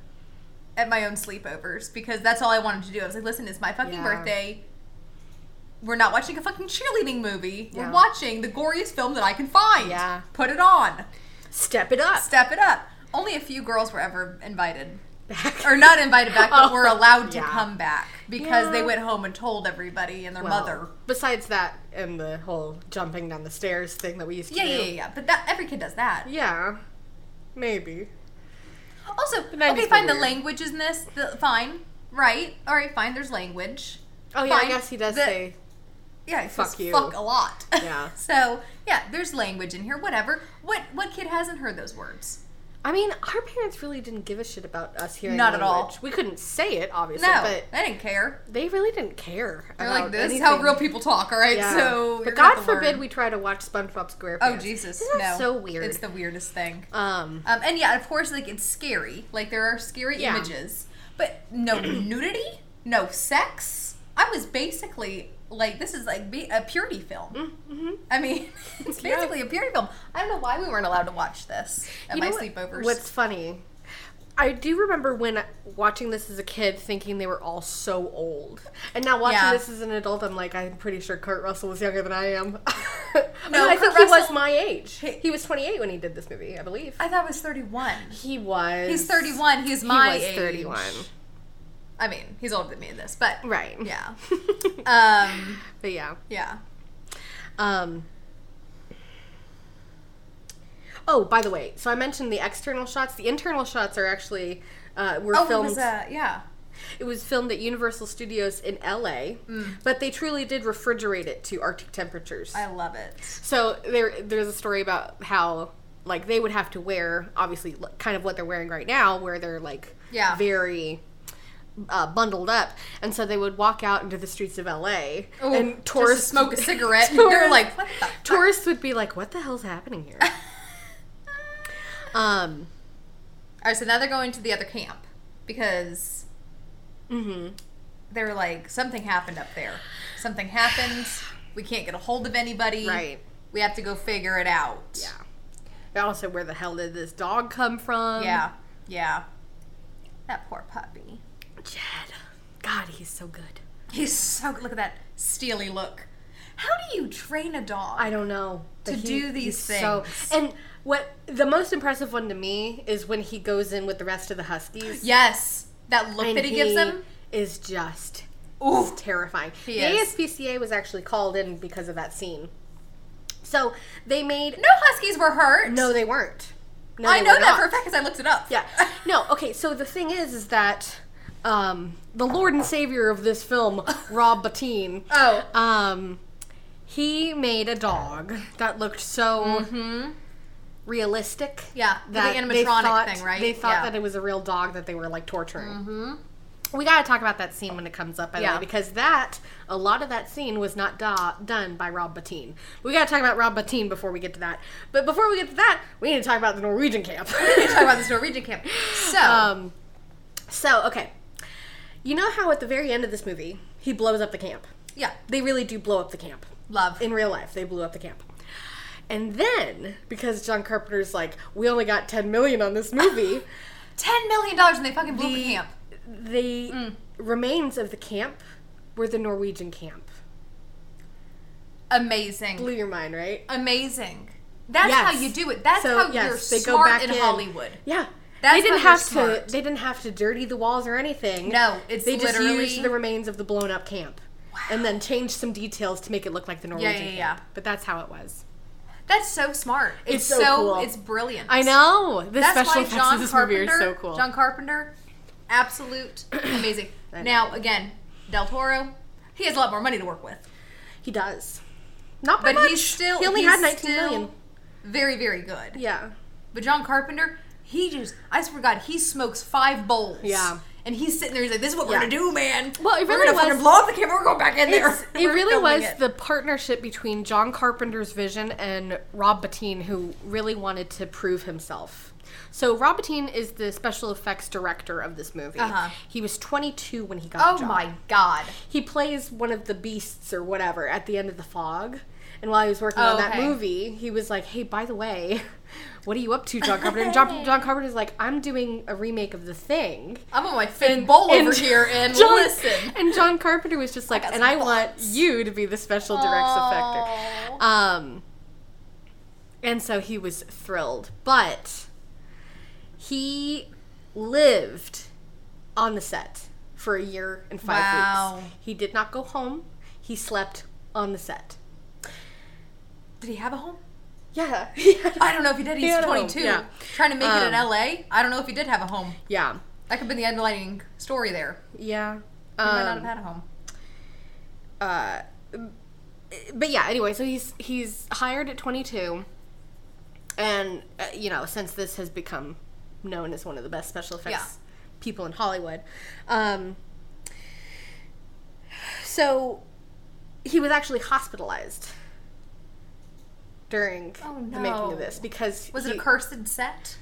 Speaker 1: at my own sleepovers because that's all I wanted to do. I was like, listen, it's my fucking
Speaker 2: Yeah.
Speaker 1: birthday. We're not watching a fucking cheerleading movie.
Speaker 2: Yeah.
Speaker 1: We're watching the goriest film that I can find.
Speaker 2: Yeah.
Speaker 1: Put it on.
Speaker 2: step it up.
Speaker 1: Step it up. Only a few girls were ever invited. Or not invited back, but
Speaker 2: (laughs) Oh,
Speaker 1: were allowed to
Speaker 2: yeah.
Speaker 1: come back because they
Speaker 2: Yeah.
Speaker 1: went home and told everybody and their
Speaker 2: Well,
Speaker 1: mother.
Speaker 2: Besides that, and the whole jumping down the stairs thing that we used to
Speaker 1: Yeah,
Speaker 2: do.
Speaker 1: yeah, yeah, yeah. But that every kid does that.
Speaker 2: Yeah, maybe.
Speaker 1: Also,
Speaker 2: nineties
Speaker 1: okay,
Speaker 2: were
Speaker 1: fine. The
Speaker 2: weird.
Speaker 1: language is in this. The, fine, right? All right, fine. There's language.
Speaker 2: Oh yeah, I
Speaker 1: Fine.
Speaker 2: guess he does
Speaker 1: The-
Speaker 2: say.
Speaker 1: Yeah, it
Speaker 2: Fuck
Speaker 1: says
Speaker 2: you.
Speaker 1: Fuck a lot. (laughs)
Speaker 2: Yeah.
Speaker 1: so yeah, there's language in here. Whatever. What what kid hasn't heard those words?
Speaker 2: I mean, our parents really didn't give a shit about us hearing
Speaker 1: Not at all.
Speaker 2: language. We couldn't say it, obviously,
Speaker 1: No,
Speaker 2: but
Speaker 1: they didn't care.
Speaker 2: they really didn't care.
Speaker 1: They're
Speaker 2: about
Speaker 1: like, this
Speaker 2: anything.
Speaker 1: is how real people talk. All right,
Speaker 2: Yeah.
Speaker 1: so you're
Speaker 2: but
Speaker 1: gonna
Speaker 2: God
Speaker 1: have to learn.
Speaker 2: forbid we try to watch SpongeBob SquarePants.
Speaker 1: Oh Jesus!
Speaker 2: Isn't that
Speaker 1: no,
Speaker 2: so weird?
Speaker 1: It's the weirdest thing.
Speaker 2: um,
Speaker 1: Um, and yeah, of course, like it's scary. Like there are scary
Speaker 2: Yeah.
Speaker 1: images, but
Speaker 2: (clears throat)
Speaker 1: no nudity, no sex. I was basically like, this is like be- a purity film. I mean, (laughs) it's
Speaker 2: Mm, mm-hmm. Yeah.
Speaker 1: basically a purity film. I don't know why we weren't allowed to watch this at
Speaker 2: you
Speaker 1: my
Speaker 2: know what-
Speaker 1: sleepovers.
Speaker 2: What's funny? I do remember when watching this as a kid, thinking they were all so old, and now watching
Speaker 1: Yeah.
Speaker 2: this as an adult, I'm like, I'm pretty sure Kurt Russell was younger than I am. (laughs) no,
Speaker 1: No,
Speaker 2: I
Speaker 1: Kurt
Speaker 2: think he was
Speaker 1: Russell-
Speaker 2: my age.
Speaker 1: He-
Speaker 2: He was 28 when he did this movie, I believe.
Speaker 1: I thought it was thirty-one.
Speaker 2: He was.
Speaker 1: He's thirty-one. He's
Speaker 2: He
Speaker 1: my
Speaker 2: was
Speaker 1: age.
Speaker 2: 31.
Speaker 1: I mean, he's older than me in this, but
Speaker 2: Right. (laughs)
Speaker 1: yeah, um,
Speaker 2: but yeah.
Speaker 1: yeah.
Speaker 2: Um. Oh, by the way, so I mentioned the external shots. The internal shots are actually uh, were
Speaker 1: Oh,
Speaker 2: filmed.
Speaker 1: it was uh, yeah.
Speaker 2: It was filmed at Universal Studios in LA, but they truly did refrigerate it to Arctic temperatures.
Speaker 1: Mm. I love it.
Speaker 2: so there, there's a story about how like they would have to wear obviously l- kind of what they're wearing right now, where they're like
Speaker 1: Yeah.
Speaker 2: very uh, bundled up, and so they would walk out into the streets of LA
Speaker 1: Ooh, just
Speaker 2: and
Speaker 1: to
Speaker 2: tourists
Speaker 1: smoke
Speaker 2: (laughs)
Speaker 1: a cigarette. and
Speaker 2: tourists-
Speaker 1: They're like, what the
Speaker 2: tourists would be like, "What the hell's happening
Speaker 1: (laughs)
Speaker 2: here?" um.
Speaker 1: All right, so now they're going to the other camp because
Speaker 2: hmm
Speaker 1: they're like something happened up there. Something happened. We can't get a hold of anybody.
Speaker 2: Right.
Speaker 1: We have to go figure it out.
Speaker 2: Yeah. And also, where the hell did this dog come from?
Speaker 1: Yeah. Yeah. That poor puppy.
Speaker 2: Jed. God, he's so good.
Speaker 1: He's so look at that steely look. How do you train a dog?
Speaker 2: I don't know but
Speaker 1: To do these
Speaker 2: he's so-
Speaker 1: things.
Speaker 2: and what the most impressive one to me is when he goes in with the rest of the huskies.
Speaker 1: yes. That look
Speaker 2: and
Speaker 1: that he, gives them.
Speaker 2: is just
Speaker 1: Ooh.
Speaker 2: terrifying.
Speaker 1: He
Speaker 2: the
Speaker 1: is.
Speaker 2: ASPCA was actually called in because of that scene. So they made
Speaker 1: No huskies were hurt.
Speaker 2: no, they weren't. No,
Speaker 1: I
Speaker 2: they
Speaker 1: know
Speaker 2: were
Speaker 1: that
Speaker 2: not.
Speaker 1: for a fact because I looked it up. (laughs)
Speaker 2: Yeah. No, okay, so the thing is is that um the Lord and Savior of
Speaker 1: (laughs)
Speaker 2: this film, Rob Bettine,
Speaker 1: Oh.
Speaker 2: um he made a dog that looked so realistic.
Speaker 1: Mm-hmm. Yeah, the
Speaker 2: That
Speaker 1: animatronic
Speaker 2: they thought,
Speaker 1: thing, right?
Speaker 2: They thought
Speaker 1: Yeah. Mm-hmm.
Speaker 2: that it was a real dog that they were like torturing. We got to talk about that scene when it comes up, by the
Speaker 1: Yeah.
Speaker 2: way, because that a lot of that scene was not da- done by Rob Bettine. We got to talk about Rob Bettine before we get to that. But before we get to that, we need to talk about the
Speaker 1: (laughs)
Speaker 2: Norwegian camp.
Speaker 1: We're talking
Speaker 2: (laughs)
Speaker 1: about this Norwegian camp. So
Speaker 2: Um, so okay, you know how at the very end of this movie he blows up the camp.
Speaker 1: yeah,
Speaker 2: They really do blow up the camp
Speaker 1: love.
Speaker 2: in real life. They blew up the camp. And then because John Carpenter's like, we only got 10 million on this movie,
Speaker 1: Ten million dollars and they fucking blew up the
Speaker 2: The-
Speaker 1: camp.
Speaker 2: the remains of the camp were the Norwegian camp.
Speaker 1: Amazing.
Speaker 2: Blew your mind, right?
Speaker 1: Amazing. That's
Speaker 2: Yes.
Speaker 1: how you do it. That's
Speaker 2: So,
Speaker 1: how
Speaker 2: yes,
Speaker 1: you're
Speaker 2: they go
Speaker 1: smart
Speaker 2: back
Speaker 1: in,
Speaker 2: in.
Speaker 1: Hollywood.
Speaker 2: Yeah.
Speaker 1: That's
Speaker 2: they didn't
Speaker 1: how they're
Speaker 2: have
Speaker 1: smart.
Speaker 2: to. They didn't have to dirty the walls or anything.
Speaker 1: No, it's
Speaker 2: they just
Speaker 1: literally-
Speaker 2: used the remains of the blown up camp, and then changed some details to make it look like the Norwegian
Speaker 1: yeah, yeah.
Speaker 2: camp. But that's how it was.
Speaker 1: That's so smart. It's,
Speaker 2: It's so
Speaker 1: so,
Speaker 2: cool.
Speaker 1: it's brilliant.
Speaker 2: I know. The
Speaker 1: That's
Speaker 2: special
Speaker 1: why
Speaker 2: effects
Speaker 1: John
Speaker 2: of this
Speaker 1: Carpenter.
Speaker 2: movie are so cool.
Speaker 1: John Carpenter, absolute
Speaker 2: (clears throat)
Speaker 1: amazing.
Speaker 2: I know.
Speaker 1: now again, Del Toro, he has a lot more money to work with,
Speaker 2: he does. Not by
Speaker 1: but
Speaker 2: much.
Speaker 1: he's still
Speaker 2: he only
Speaker 1: he's
Speaker 2: had nineteen
Speaker 1: still
Speaker 2: million.
Speaker 1: Very very good.
Speaker 2: Yeah.
Speaker 1: But John Carpenter, he just I swear to God, he smokes five bowls.
Speaker 2: Yeah.
Speaker 1: And he's sitting there. He's like, "This is what
Speaker 2: Yeah.
Speaker 1: we're gonna do, man.
Speaker 2: Well, it
Speaker 1: we're gonna
Speaker 2: really was-
Speaker 1: fucking blow up the camera. We're going back in there. (laughs)
Speaker 2: It's- it
Speaker 1: We're
Speaker 2: really
Speaker 1: filming
Speaker 2: was
Speaker 1: it.
Speaker 2: the partnership between John Carpenter's vision and Rob Bottin, who really wanted to prove himself. So Rob Bottin is the special effects director of this movie.
Speaker 1: Uh-huh.
Speaker 2: He was 22 when he got
Speaker 1: Oh
Speaker 2: the job.
Speaker 1: my God!
Speaker 2: He plays one of the beasts or whatever at the end of The Fog. And while he was working on
Speaker 1: Oh,
Speaker 2: that
Speaker 1: okay.
Speaker 2: movie, he was like, "Hey, by the way, (laughs) what are you up to, John Carpenter?" And
Speaker 1: (laughs)
Speaker 2: John, John Carpenter's like, "I'm doing a remake of The Thing."
Speaker 1: I'm on my fifth bowl over here, and
Speaker 2: John,
Speaker 1: listen.
Speaker 2: And John Carpenter was just like,
Speaker 1: got
Speaker 2: and
Speaker 1: some
Speaker 2: I want you to be the special directs effector.
Speaker 1: Aw.
Speaker 2: Um, and so he was thrilled, but he lived on the set for a year and five
Speaker 1: Wow.
Speaker 2: weeks. He did not go home. He slept on the set.
Speaker 1: Did he have a home?
Speaker 2: (laughs) Yeah.
Speaker 1: I don't know if he did. He's
Speaker 2: had a home,
Speaker 1: 22,
Speaker 2: yeah.
Speaker 1: trying to make it in
Speaker 2: Um,
Speaker 1: LA. I don't know if he did have a home.
Speaker 2: yeah.
Speaker 1: That could be the underlying story there.
Speaker 2: Yeah.
Speaker 1: He might not
Speaker 2: Um,
Speaker 1: have had a home.
Speaker 2: uh, but yeah anyway so he's he's hired at 22 and uh, you know since this has become known as one of the best special effects people in hollywood um, so he was actually hospitalized during
Speaker 1: Oh,
Speaker 2: the making
Speaker 1: no.
Speaker 2: of this because
Speaker 1: Was it
Speaker 2: he-
Speaker 1: a cursed set?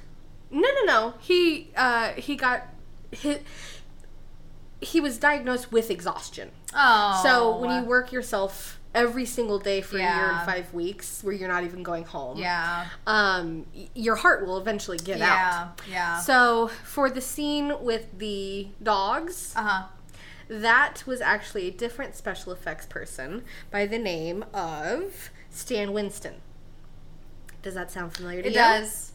Speaker 2: no, no, no. He uh, he got hit. He was diagnosed with exhaustion.
Speaker 1: Oh,
Speaker 2: So when you work yourself every single day for a year
Speaker 1: Yeah.
Speaker 2: and five weeks, where you're not even going home,
Speaker 1: yeah,
Speaker 2: um, y- your heart will eventually give
Speaker 1: yeah, yeah.
Speaker 2: out. So for the scene with the dogs,
Speaker 1: uh huh.
Speaker 2: that was actually a different special effects person by the name of Stan Winston. Does that sound familiar to
Speaker 1: It
Speaker 2: you?
Speaker 1: does.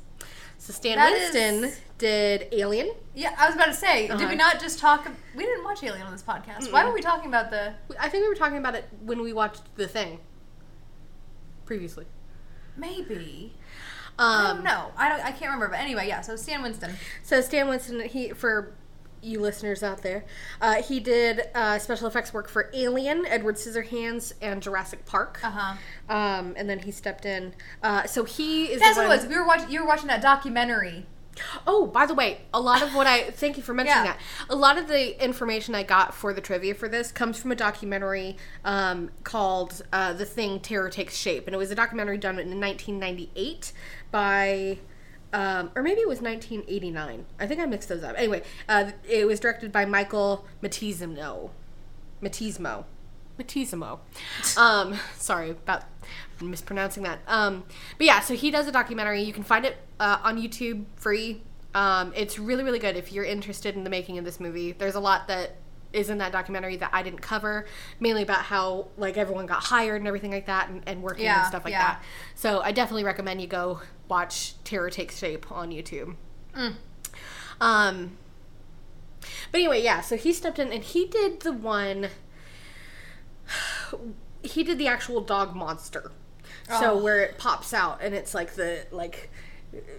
Speaker 2: So Stan
Speaker 1: That
Speaker 2: Winston
Speaker 1: is-
Speaker 2: did Alien.
Speaker 1: Yeah, I was about to say, did
Speaker 2: Uh-huh.
Speaker 1: we not just talk? We didn't watch Alien on this podcast. Why were we talking about the?
Speaker 2: I think we were talking about it when we watched The Thing previously.
Speaker 1: Maybe I
Speaker 2: Um,
Speaker 1: don't know. I don't. I can't remember. But anyway, yeah. So Stan Winston.
Speaker 2: So Stan Winston, he for you listeners out there, uh, he did uh, special effects work for Alien, Edward Scissorhands, and Jurassic Park.
Speaker 1: Uh huh.
Speaker 2: Um, and then he stepped in. Uh, so he is. the
Speaker 1: That's what it
Speaker 2: one-
Speaker 1: was. We were watching. You were watching that documentary.
Speaker 2: Oh, by the way, a lot of what I thank you for mentioning
Speaker 1: Yeah.
Speaker 2: that. A lot of the information I got for the trivia for this comes from a documentary um, called uh, "The Thing Terror Takes Shape," and it was a documentary done in 1998 by. Um, or maybe it was 1989. I think I mixed those up. Anyway, uh, it was directed by Michael Matismo. Matismo.
Speaker 1: (laughs)
Speaker 2: Matismo. Um, sorry about mispronouncing that. Um, but yeah, so he does a documentary. You can find it uh, on YouTube free. Um, it's really, really good if you're interested in the making of this movie. There's a lot that is in that documentary that I didn't cover, mainly about how like everyone got hired and everything like that and, and working and
Speaker 1: Yeah,
Speaker 2: stuff like
Speaker 1: yeah.
Speaker 2: that. So I definitely recommend you go watch Terror Takes Shape on YouTube.
Speaker 1: Mm.
Speaker 2: Um, but anyway, yeah, so he stepped in and he did the one. He did the actual dog monster. So
Speaker 1: Oh.
Speaker 2: where it pops out and it's like the like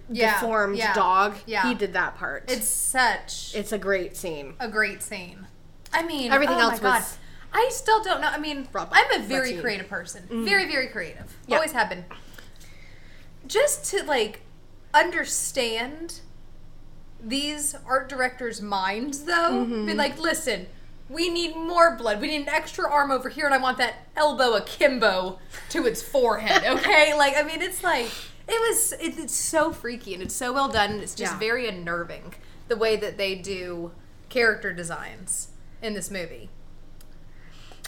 Speaker 1: Yeah,
Speaker 2: deformed
Speaker 1: yeah,
Speaker 2: dog.
Speaker 1: yeah.
Speaker 2: He did that part.
Speaker 1: It's such
Speaker 2: it's a great scene.
Speaker 1: a great scene. I mean,
Speaker 2: Everything
Speaker 1: oh
Speaker 2: else
Speaker 1: my
Speaker 2: was-
Speaker 1: God. I still don't know. I mean,
Speaker 2: Rob-
Speaker 1: I'm a very
Speaker 2: Martine.
Speaker 1: creative person. Very, very creative.
Speaker 2: Mm. Yeah.
Speaker 1: Always have been. Just to like understand these art directors' minds, though, be like, listen, we need more blood. We need an extra arm over here, and I want that elbow akimbo to its (laughs) forehead. Okay, like I mean, it's like it was. It, it's so freaky, and it's so well done, and it's just
Speaker 2: Yeah.
Speaker 1: very unnerving the way that they do character designs in this movie.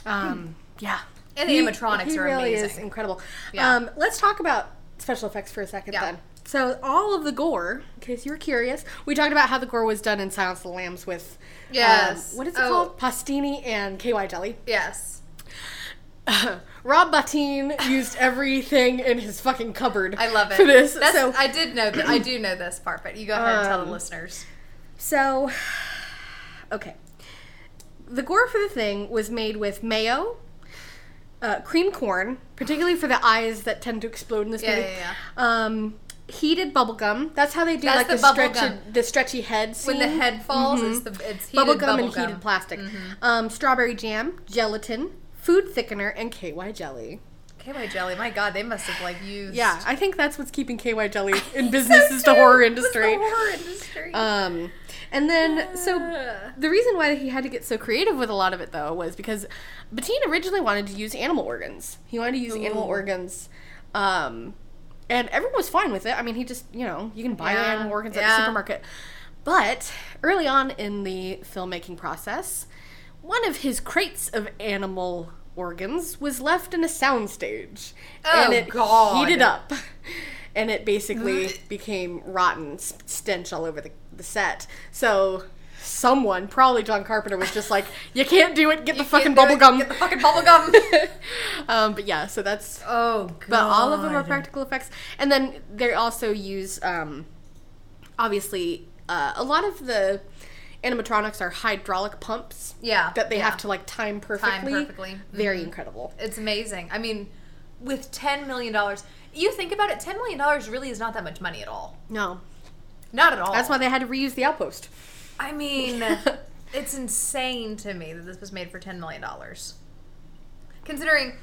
Speaker 2: Um, yeah.
Speaker 1: And the animatronics
Speaker 2: he
Speaker 1: are
Speaker 2: really is
Speaker 1: amazing.
Speaker 2: incredible.
Speaker 1: Yeah.
Speaker 2: Um, let's talk about special effects for a second
Speaker 1: Yeah.
Speaker 2: then. So all of the gore, in case you were curious, we talked about how the gore was done in Silence of the Lambs with um,
Speaker 1: Hmm. Yes.
Speaker 2: what is it
Speaker 1: Oh.
Speaker 2: called? Pastini and KY Jelly.
Speaker 1: Yes.
Speaker 2: (laughs) Rob Bottin used everything in his fucking cupboard.
Speaker 1: I love it.
Speaker 2: For this.
Speaker 1: That's,
Speaker 2: so
Speaker 1: I did know. I do know this part, but you go ahead and tell the Um, listeners.
Speaker 2: So, okay. The gore for the thing was made with mayo, uh, cream corn, particularly for the eyes that tend to explode in this
Speaker 1: Yeah,
Speaker 2: movie.
Speaker 1: yeah,
Speaker 2: Um, heated bubblegum. That's how they do
Speaker 1: That's
Speaker 2: like
Speaker 1: the
Speaker 2: the,
Speaker 1: bubble
Speaker 2: stretchy,
Speaker 1: gum.
Speaker 2: the stretchy head scene.
Speaker 1: When the head falls, it's the it's heated
Speaker 2: bubble
Speaker 1: bubble gum.
Speaker 2: gum Mm-hmm. and
Speaker 1: Mm-hmm.
Speaker 2: heated plastic. Um, strawberry jam, gelatin, food thickener, and KY jelly.
Speaker 1: KY jelly. My God, they must have like used
Speaker 2: Yeah, I think that's what's keeping KY jelly in
Speaker 1: So
Speaker 2: business is the
Speaker 1: true. (laughs)
Speaker 2: horror
Speaker 1: It's the
Speaker 2: industry.
Speaker 1: horror industry.
Speaker 2: Um, and then so
Speaker 1: Ugh.
Speaker 2: the reason why he had to get so creative with a lot of it though was because Bettine originally wanted to use animal organs. He wanted to use animal
Speaker 1: Ooh.
Speaker 2: organs, um, and everyone was fine with it. I mean, he just you know you can buy
Speaker 1: Yeah,
Speaker 2: animal organs at
Speaker 1: yeah.
Speaker 2: the supermarket. But early on in the filmmaking process, one of his crates of animal organs was left in a soundstage, and
Speaker 1: Oh,
Speaker 2: it
Speaker 1: God.
Speaker 2: heated up, and it basically became rotten s- stench all over the, the set. So someone, probably John Carpenter, was just (laughs) like, "You can't do it. Get the fucking
Speaker 1: Get there-
Speaker 2: bubble gum." (laughs)
Speaker 1: Get the fucking bubble gum.
Speaker 2: um, but yeah, so (laughs) that's.
Speaker 1: oh God.
Speaker 2: But all of them are practical effects, and then they also use, um, obviously, uh, a lot of the animatronics are hydraulic pumps
Speaker 1: Yeah.
Speaker 2: that they
Speaker 1: yeah.
Speaker 2: have to like time perfectly. Mm-hmm.
Speaker 1: perfectly.
Speaker 2: Very incredible.
Speaker 1: It's amazing. I mean, with ten million dollars, you think about it. Ten million dollars really is not that much money at all.
Speaker 2: No,
Speaker 1: Not at all.
Speaker 2: that's why they had to reuse the outpost.
Speaker 1: I mean, it's insane to me that this was made for ten million dollars. Considering,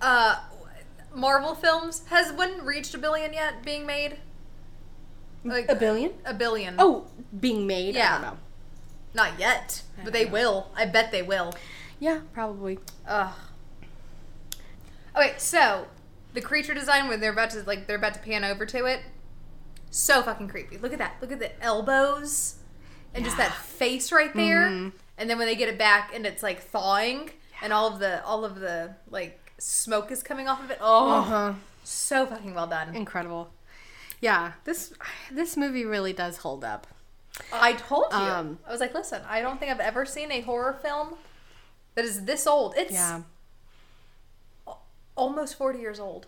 Speaker 1: uh, Marvel films has one reached a billion yet being made. Like
Speaker 2: A billion?
Speaker 1: A billion.
Speaker 2: Oh, being made. I
Speaker 1: Yeah.
Speaker 2: don't know.
Speaker 1: not yet, but they will. I bet they will.
Speaker 2: Yeah, probably.
Speaker 1: Ugh. Okay, so the creature design when they're about to like they're about to pan over to it, so fucking creepy. Look at that. Look at the elbows and just that face right there.
Speaker 2: Mm-hmm.
Speaker 1: And then when they get it back and it's like thawing and all of the all of the like smoke is coming off of it. Oh,
Speaker 2: Uh-huh.
Speaker 1: so fucking well done.
Speaker 2: Incredible. Yeah, this this movie really does hold up.
Speaker 1: I told you.
Speaker 2: Um,
Speaker 1: I was like, listen, I don't think I've ever seen a horror film that is this old. It's
Speaker 2: Yeah.
Speaker 1: almost 40 years old.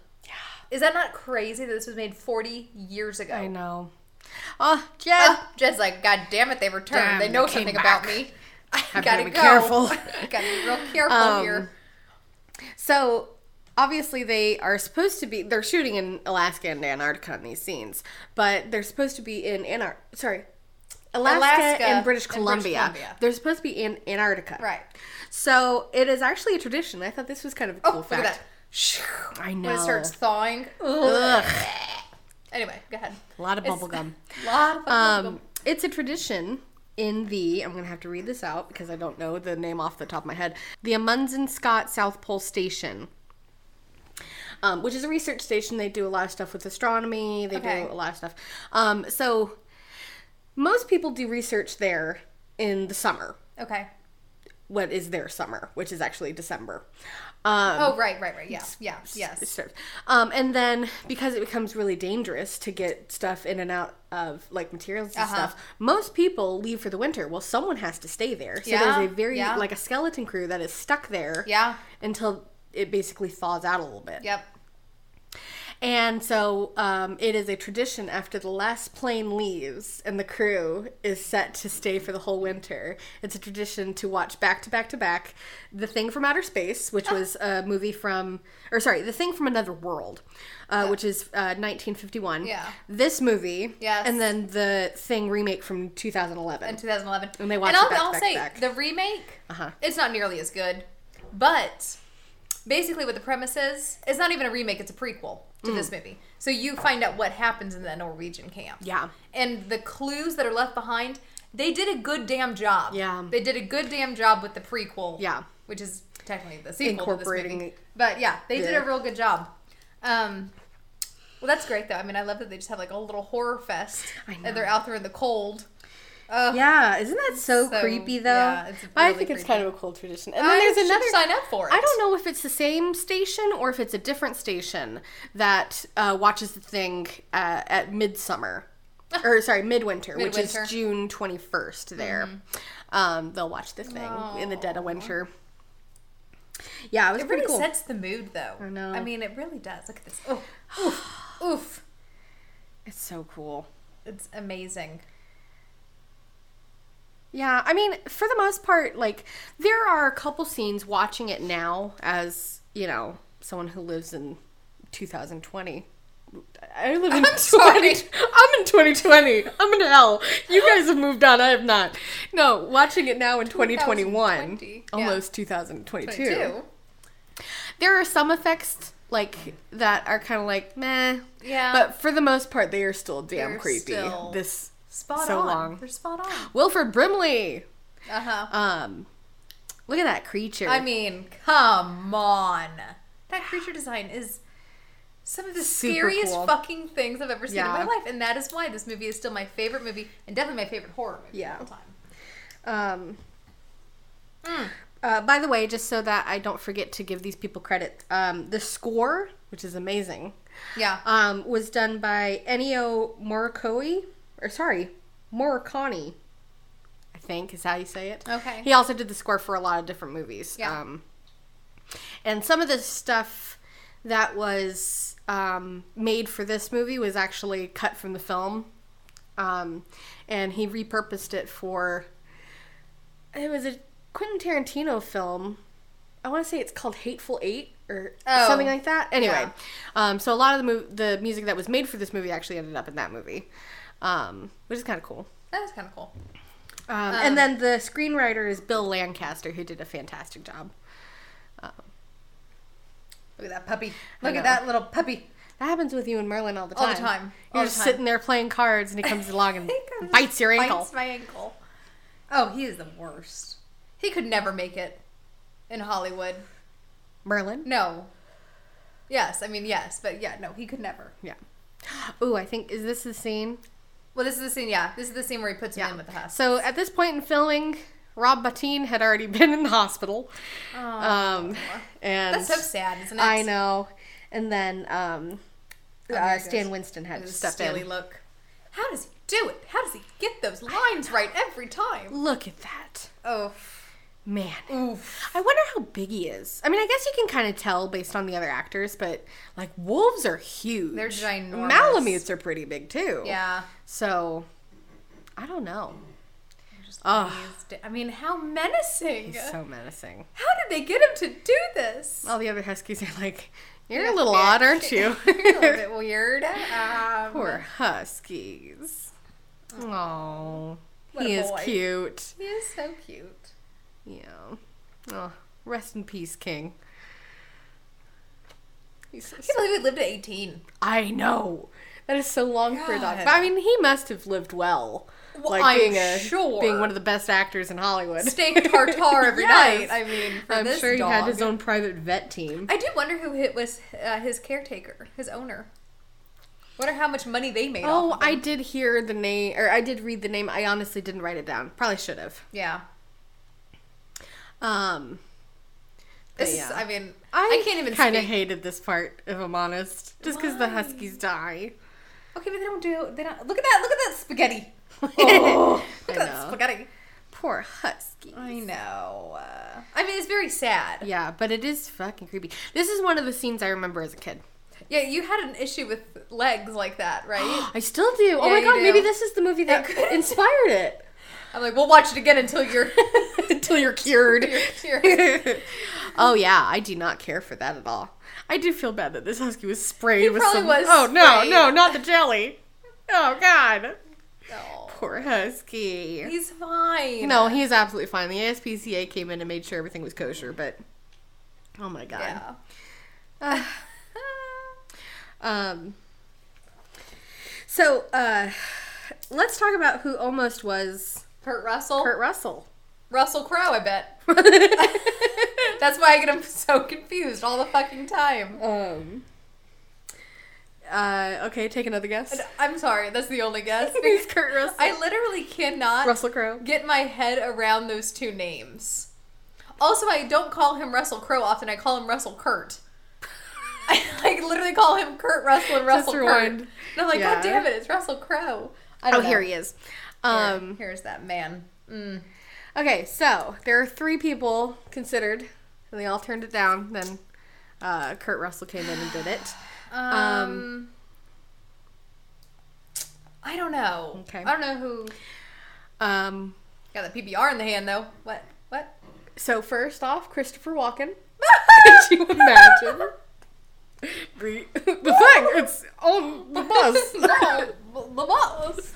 Speaker 1: Is that not crazy that this was made 40 years ago?
Speaker 2: I know. Oh, Jed. (laughs)
Speaker 1: Ah, Jed's like, God damn it, they returned.
Speaker 2: Damn,
Speaker 1: they know
Speaker 2: they came
Speaker 1: something
Speaker 2: back.
Speaker 1: about
Speaker 2: (laughs)
Speaker 1: me. I
Speaker 2: Have
Speaker 1: gotta
Speaker 2: to be
Speaker 1: go. (laughs)
Speaker 2: careful.
Speaker 1: gotta be real careful
Speaker 2: Um,
Speaker 1: here.
Speaker 2: So obviously they are supposed to be they're shooting in Alaska and Antarctica in these scenes, but they're supposed to be in Anar sorry. Alaska,
Speaker 1: Alaska
Speaker 2: and British
Speaker 1: and British
Speaker 2: Columbia.
Speaker 1: Columbia.
Speaker 2: They're supposed to be in Antarctica.
Speaker 1: Right.
Speaker 2: So it is actually a tradition. I thought this was kind of a cool
Speaker 1: Oh, look
Speaker 2: fact.
Speaker 1: at that.
Speaker 2: Shoo, I know.
Speaker 1: When it starts thawing. Ugh.
Speaker 2: Ugh,
Speaker 1: Anyway, go ahead.
Speaker 2: a lot of
Speaker 1: It's-
Speaker 2: bubble gum.
Speaker 1: (laughs) lot of bubble
Speaker 2: Um,
Speaker 1: gum.
Speaker 2: it's a tradition in the, I'm going to have to read this out because I don't know the name off the top of my head, the Amundsen Scott South Pole Station, um, which is a research station. They do a lot of stuff with astronomy, they
Speaker 1: Okay.
Speaker 2: do a lot of stuff. Um, so most people do research there in the summer,
Speaker 1: Okay.
Speaker 2: what is their summer, which is actually December. Um,
Speaker 1: Oh, right, right, right. Yeah, yeah, yes.
Speaker 2: it serves. Um, and then because it becomes really dangerous to get stuff in and out of like materials and
Speaker 1: Uh-huh.
Speaker 2: stuff, most people leave for the winter. Well, someone has to stay there, so
Speaker 1: Yeah,
Speaker 2: there's a very
Speaker 1: yeah.
Speaker 2: like a skeleton crew that is stuck there.
Speaker 1: Yeah.
Speaker 2: until it basically thaws out a little bit.
Speaker 1: Yep.
Speaker 2: And so um, it is a tradition after the last plane leaves and the crew is set to stay for the whole winter. It's a tradition to watch back to back to back The Thing from Outer Space,
Speaker 1: Ah.
Speaker 2: which was a movie from, or sorry, The Thing from Another World, uh, which is uh, 1951.
Speaker 1: Yeah.
Speaker 2: This movie.
Speaker 1: Yes.
Speaker 2: And then The Thing remake from 2011.
Speaker 1: In 2011.
Speaker 2: And they watch
Speaker 1: And
Speaker 2: it
Speaker 1: I'll,
Speaker 2: back to
Speaker 1: I'll
Speaker 2: back to
Speaker 1: say,
Speaker 2: back.
Speaker 1: the remake,
Speaker 2: Uh-huh.
Speaker 1: it's not nearly as good. But basically, what the premise is, it's not even a remake, it's a prequel
Speaker 2: Mm.
Speaker 1: to this movie. So you find out what happens in that Norwegian camp.
Speaker 2: yeah.
Speaker 1: and the clues that are left behind, they did a good damn job.
Speaker 2: Yeah.
Speaker 1: They did a good damn job with the prequel.
Speaker 2: Yeah.
Speaker 1: Which is technically the sequel
Speaker 2: Incorporating
Speaker 1: to this movie. But yeah, they did
Speaker 2: the-
Speaker 1: a real good job. Um well, that's great though. I mean, I love that they just have like a little horror fest
Speaker 2: I
Speaker 1: and they're out there in the cold. Ugh.
Speaker 2: Yeah, isn't that so,
Speaker 1: So,
Speaker 2: creepy though?
Speaker 1: yeah, it's
Speaker 2: But I
Speaker 1: really
Speaker 2: think it's
Speaker 1: creepy.
Speaker 2: kind of a cool tradition. And then
Speaker 1: I
Speaker 2: there's
Speaker 1: should
Speaker 2: another
Speaker 1: sign up for it.
Speaker 2: I don't know if it's the same station or if it's a different station that uh, watches the thing uh,
Speaker 1: (laughs)
Speaker 2: at midsummer, or sorry, midwinter, which
Speaker 1: Midwinter. Mm-hmm.
Speaker 2: is June twenty first. There, um, they'll watch the thing in the dead of winter. Yeah, it was
Speaker 1: It
Speaker 2: pretty
Speaker 1: really
Speaker 2: cool.
Speaker 1: sets the mood though. I
Speaker 2: know.
Speaker 1: I mean, it really does. Look at this. Oh, oof, oof.
Speaker 2: it's so cool.
Speaker 1: It's amazing.
Speaker 2: Yeah, I mean, for the most part, like there are a couple scenes watching it now as, you know, someone who lives in 2020. I live in
Speaker 1: I'm sorry.
Speaker 2: 20 (laughs) I'm in 2020. I'm in hell. You guys have moved on. I have not. No, watching it now in 2021,
Speaker 1: 2020, yeah.
Speaker 2: almost 2022.
Speaker 1: Too.
Speaker 2: There are some effects like that are kind of like meh.
Speaker 1: Yeah.
Speaker 2: But for the most part, they are still damn
Speaker 1: They're
Speaker 2: creepy.
Speaker 1: still-
Speaker 2: This
Speaker 1: Spot
Speaker 2: So
Speaker 1: on.
Speaker 2: long.
Speaker 1: We're spot
Speaker 2: (gasps)
Speaker 1: on.
Speaker 2: Wilfred Brimley.
Speaker 1: Uh huh.
Speaker 2: Um, look at that creature.
Speaker 1: I mean, come on. That creature design is some of the
Speaker 2: Super
Speaker 1: scariest
Speaker 2: cool.
Speaker 1: fucking things I've ever seen
Speaker 2: Yeah.
Speaker 1: in my life, and that is why this movie is still my favorite movie and definitely my favorite horror movie
Speaker 2: Yeah.
Speaker 1: of all time.
Speaker 2: um,
Speaker 1: mm.
Speaker 2: uh, by the way, just so that I don't forget to give these people credit, um, the score, which is amazing,
Speaker 1: Yeah.
Speaker 2: um, was done by Ennio Morricone, or sorry, Morricone. I think is how you say it.
Speaker 1: Okay.
Speaker 2: He also did the score for a lot of different movies.
Speaker 1: Yeah.
Speaker 2: Um, and some of the stuff that was um, made for this movie was actually cut from the film, um, and he repurposed it for. It was a Quentin Tarantino film. I want to say it's called Hateful Eight or
Speaker 1: Oh.
Speaker 2: something like that. Anyway,
Speaker 1: Yeah.
Speaker 2: um, so a lot of the mov- the music that was made for this movie actually ended up in that movie, um, which is kind of cool.
Speaker 1: that was kind of cool.
Speaker 2: Um, and then the screenwriter is Bill Lancaster, who did a fantastic job.
Speaker 1: Look at that puppy. Look
Speaker 2: know.
Speaker 1: at that little puppy.
Speaker 2: That happens with you and Merlin all the time.
Speaker 1: All the time.
Speaker 2: You're
Speaker 1: All the
Speaker 2: just
Speaker 1: time.
Speaker 2: sitting there playing cards, and
Speaker 1: (laughs)
Speaker 2: he comes along and
Speaker 1: He comes-
Speaker 2: bites your ankle.
Speaker 1: Bites my ankle. Oh, he is the worst. He could never make it in Hollywood.
Speaker 2: Merlin.
Speaker 1: No. Yes, I mean yes, but yeah, no, he could never.
Speaker 2: Yeah. Ooh, I think is this the scene?
Speaker 1: Well, this is the scene. Yeah, this is the scene where he puts him in with the husk.
Speaker 2: So at this point in filming, Rob Bottin had already (laughs) been in the hospital. Um, and
Speaker 1: Oh. That's so sad, isn't it? Oh,
Speaker 2: I know. And then um,
Speaker 1: there
Speaker 2: uh,
Speaker 1: it
Speaker 2: Stan
Speaker 1: goes.
Speaker 2: Winston had to
Speaker 1: His
Speaker 2: step
Speaker 1: steely
Speaker 2: in.
Speaker 1: look. How does he do it? How does he get those lines right every time?
Speaker 2: Look at that.
Speaker 1: Oh,
Speaker 2: Man. I wonder how big he is. I mean, I guess you can kind of tell based on the other actors, but like wolves are huge.
Speaker 1: They're ginormous.
Speaker 2: Malamutes are pretty big too.
Speaker 1: yeah.
Speaker 2: So, I don't know.
Speaker 1: Just
Speaker 2: Ugh.
Speaker 1: amazed. I mean, how menacing!
Speaker 2: He's so menacing.
Speaker 1: How did they get him to do this?
Speaker 2: All the other huskies are like, "You're
Speaker 1: Yeah,
Speaker 2: a little
Speaker 1: bitch.
Speaker 2: odd, aren't you?"
Speaker 1: (laughs) You're a little bit weird. Um,
Speaker 2: (laughs) Poor huskies. Oh,
Speaker 1: What
Speaker 2: he
Speaker 1: a
Speaker 2: is
Speaker 1: boy.
Speaker 2: cute.
Speaker 1: He is so cute.
Speaker 2: Yeah. Oh, rest in peace, King. He's so
Speaker 1: I can't believe he lived to 18.
Speaker 2: I know. That is so long for a dog.
Speaker 1: God.
Speaker 2: But I mean, he must have lived well.
Speaker 1: Well, I'm sure.
Speaker 2: being one of the best actors in Hollywood.
Speaker 1: Steak tartare every
Speaker 2: (laughs) Yes.
Speaker 1: night. I mean, for
Speaker 2: I'm
Speaker 1: this
Speaker 2: sure he had
Speaker 1: dog.
Speaker 2: his own private vet team.
Speaker 1: I do wonder who hit was uh, his caretaker, his owner. Wonder how much money they made. off
Speaker 2: Oh,
Speaker 1: of him.
Speaker 2: I did hear the name, or I did read the name. I honestly didn't write it down. Probably should have.
Speaker 1: yeah.
Speaker 2: Um, but
Speaker 1: This is,
Speaker 2: yeah.
Speaker 1: I mean, I, can't even
Speaker 2: kind of
Speaker 1: speak.
Speaker 2: hated this part, if I'm honest, just because the huskies die.
Speaker 1: Okay, but they don't do. They don't. Look at that. Look at that spaghetti. (laughs)
Speaker 2: I (laughs)
Speaker 1: Look at that
Speaker 2: Oh, know.
Speaker 1: spaghetti.
Speaker 2: Poor husky.
Speaker 1: I know. Uh, I mean, it's very sad.
Speaker 2: Yeah, but it is fucking creepy. This is one of the scenes I remember as a kid.
Speaker 1: Yeah, you had an issue with legs like that, right? (gasps)
Speaker 2: I still do. oh
Speaker 1: Yeah,
Speaker 2: my
Speaker 1: you
Speaker 2: god,
Speaker 1: do.
Speaker 2: maybe this is the movie (laughs) that
Speaker 1: could-
Speaker 2: inspired (laughs) it.
Speaker 1: I'm like, we'll watch it again until
Speaker 2: (laughs)
Speaker 1: you're. (laughs)
Speaker 2: Until you're cured.
Speaker 1: You're cured.
Speaker 2: (laughs) oh yeah, I do not care for that at all. I do feel bad that this husky was sprayed with
Speaker 1: probably
Speaker 2: some.
Speaker 1: was
Speaker 2: oh no,
Speaker 1: sprayed.
Speaker 2: no, not the jelly. Oh god,
Speaker 1: no,
Speaker 2: poor husky.
Speaker 1: he's fine.
Speaker 2: no, he's absolutely fine. The ASPCA came in and made sure everything was kosher, but oh my god.
Speaker 1: Yeah.
Speaker 2: (laughs) Um, so uh, let's talk about who almost was
Speaker 1: Kurt Russell. (laughs)
Speaker 2: Kurt Russell.
Speaker 1: Russell Crowe. I bet. (laughs) That's why I get him so confused all the fucking time.
Speaker 2: um. Uh, okay, take another guess.
Speaker 1: And I'm sorry. That's the only guess.
Speaker 2: (laughs) He's Kurt Russell.
Speaker 1: I literally cannot
Speaker 2: Russell Crowe.
Speaker 1: get my head around those two names. Also, I don't call him Russell Crowe often. I call him Russell Kurt. (laughs) I like literally call him Kurt Russell and
Speaker 2: Just
Speaker 1: Russell Kurt.
Speaker 2: rewind.
Speaker 1: And I'm like,
Speaker 2: Yeah.
Speaker 1: God damn it, it's Russell Crowe. I
Speaker 2: Oh,
Speaker 1: don't know.
Speaker 2: here he is. Um,
Speaker 1: here's that man. Mm.
Speaker 2: okay, so there are three people considered, and they all turned it down. Then uh, Kurt Russell came in and did it.
Speaker 1: Um, I don't know.
Speaker 2: Okay.
Speaker 1: I don't know who.
Speaker 2: Um,
Speaker 1: Got the PBR in the hand though. What? What?
Speaker 2: (laughs) So first off, Christopher Walken. (laughs) Could you imagine? Re- the thing, it's on the (laughs) bus.
Speaker 1: The (laughs) boss.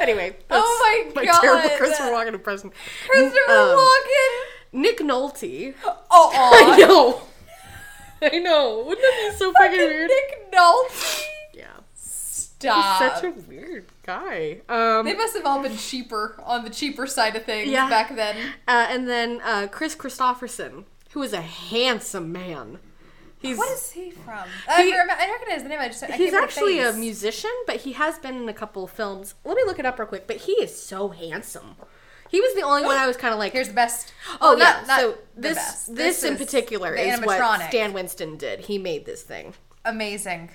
Speaker 2: anyway,
Speaker 1: Oh
Speaker 2: that's
Speaker 1: my
Speaker 2: terrible
Speaker 1: God.
Speaker 2: Christopher Walken impression.
Speaker 1: Christopher
Speaker 2: Um,
Speaker 1: Walken.
Speaker 2: Nick Nolte.
Speaker 1: Oh,
Speaker 2: (laughs) I know. I know. Wouldn't that be so fucking weird? Uh,
Speaker 1: Nick Nolte.
Speaker 2: Yeah.
Speaker 1: Stop.
Speaker 2: Such a weird guy. Um,
Speaker 1: they must have all been cheaper on the cheaper side of things
Speaker 2: Yeah.
Speaker 1: back then.
Speaker 2: Uh, and then uh, Chris Christopherson, who is a handsome man. He's
Speaker 1: What is he from? I,
Speaker 2: He-
Speaker 1: remember, I recognize the name. I just I can't
Speaker 2: he's
Speaker 1: remember the
Speaker 2: actually a
Speaker 1: face.
Speaker 2: musician, but he has been in a couple of films. Let me look it up real quick. But he is so handsome. He was the only one I was kind of like.
Speaker 1: Here's the best.
Speaker 2: Oh,
Speaker 1: Well,
Speaker 2: yeah.
Speaker 1: not- not
Speaker 2: so
Speaker 1: the
Speaker 2: this
Speaker 1: best.
Speaker 2: this, in
Speaker 1: is
Speaker 2: particular
Speaker 1: the
Speaker 2: is what
Speaker 1: animatronic.
Speaker 2: Stan Winston did. He made this thing.
Speaker 1: amazing.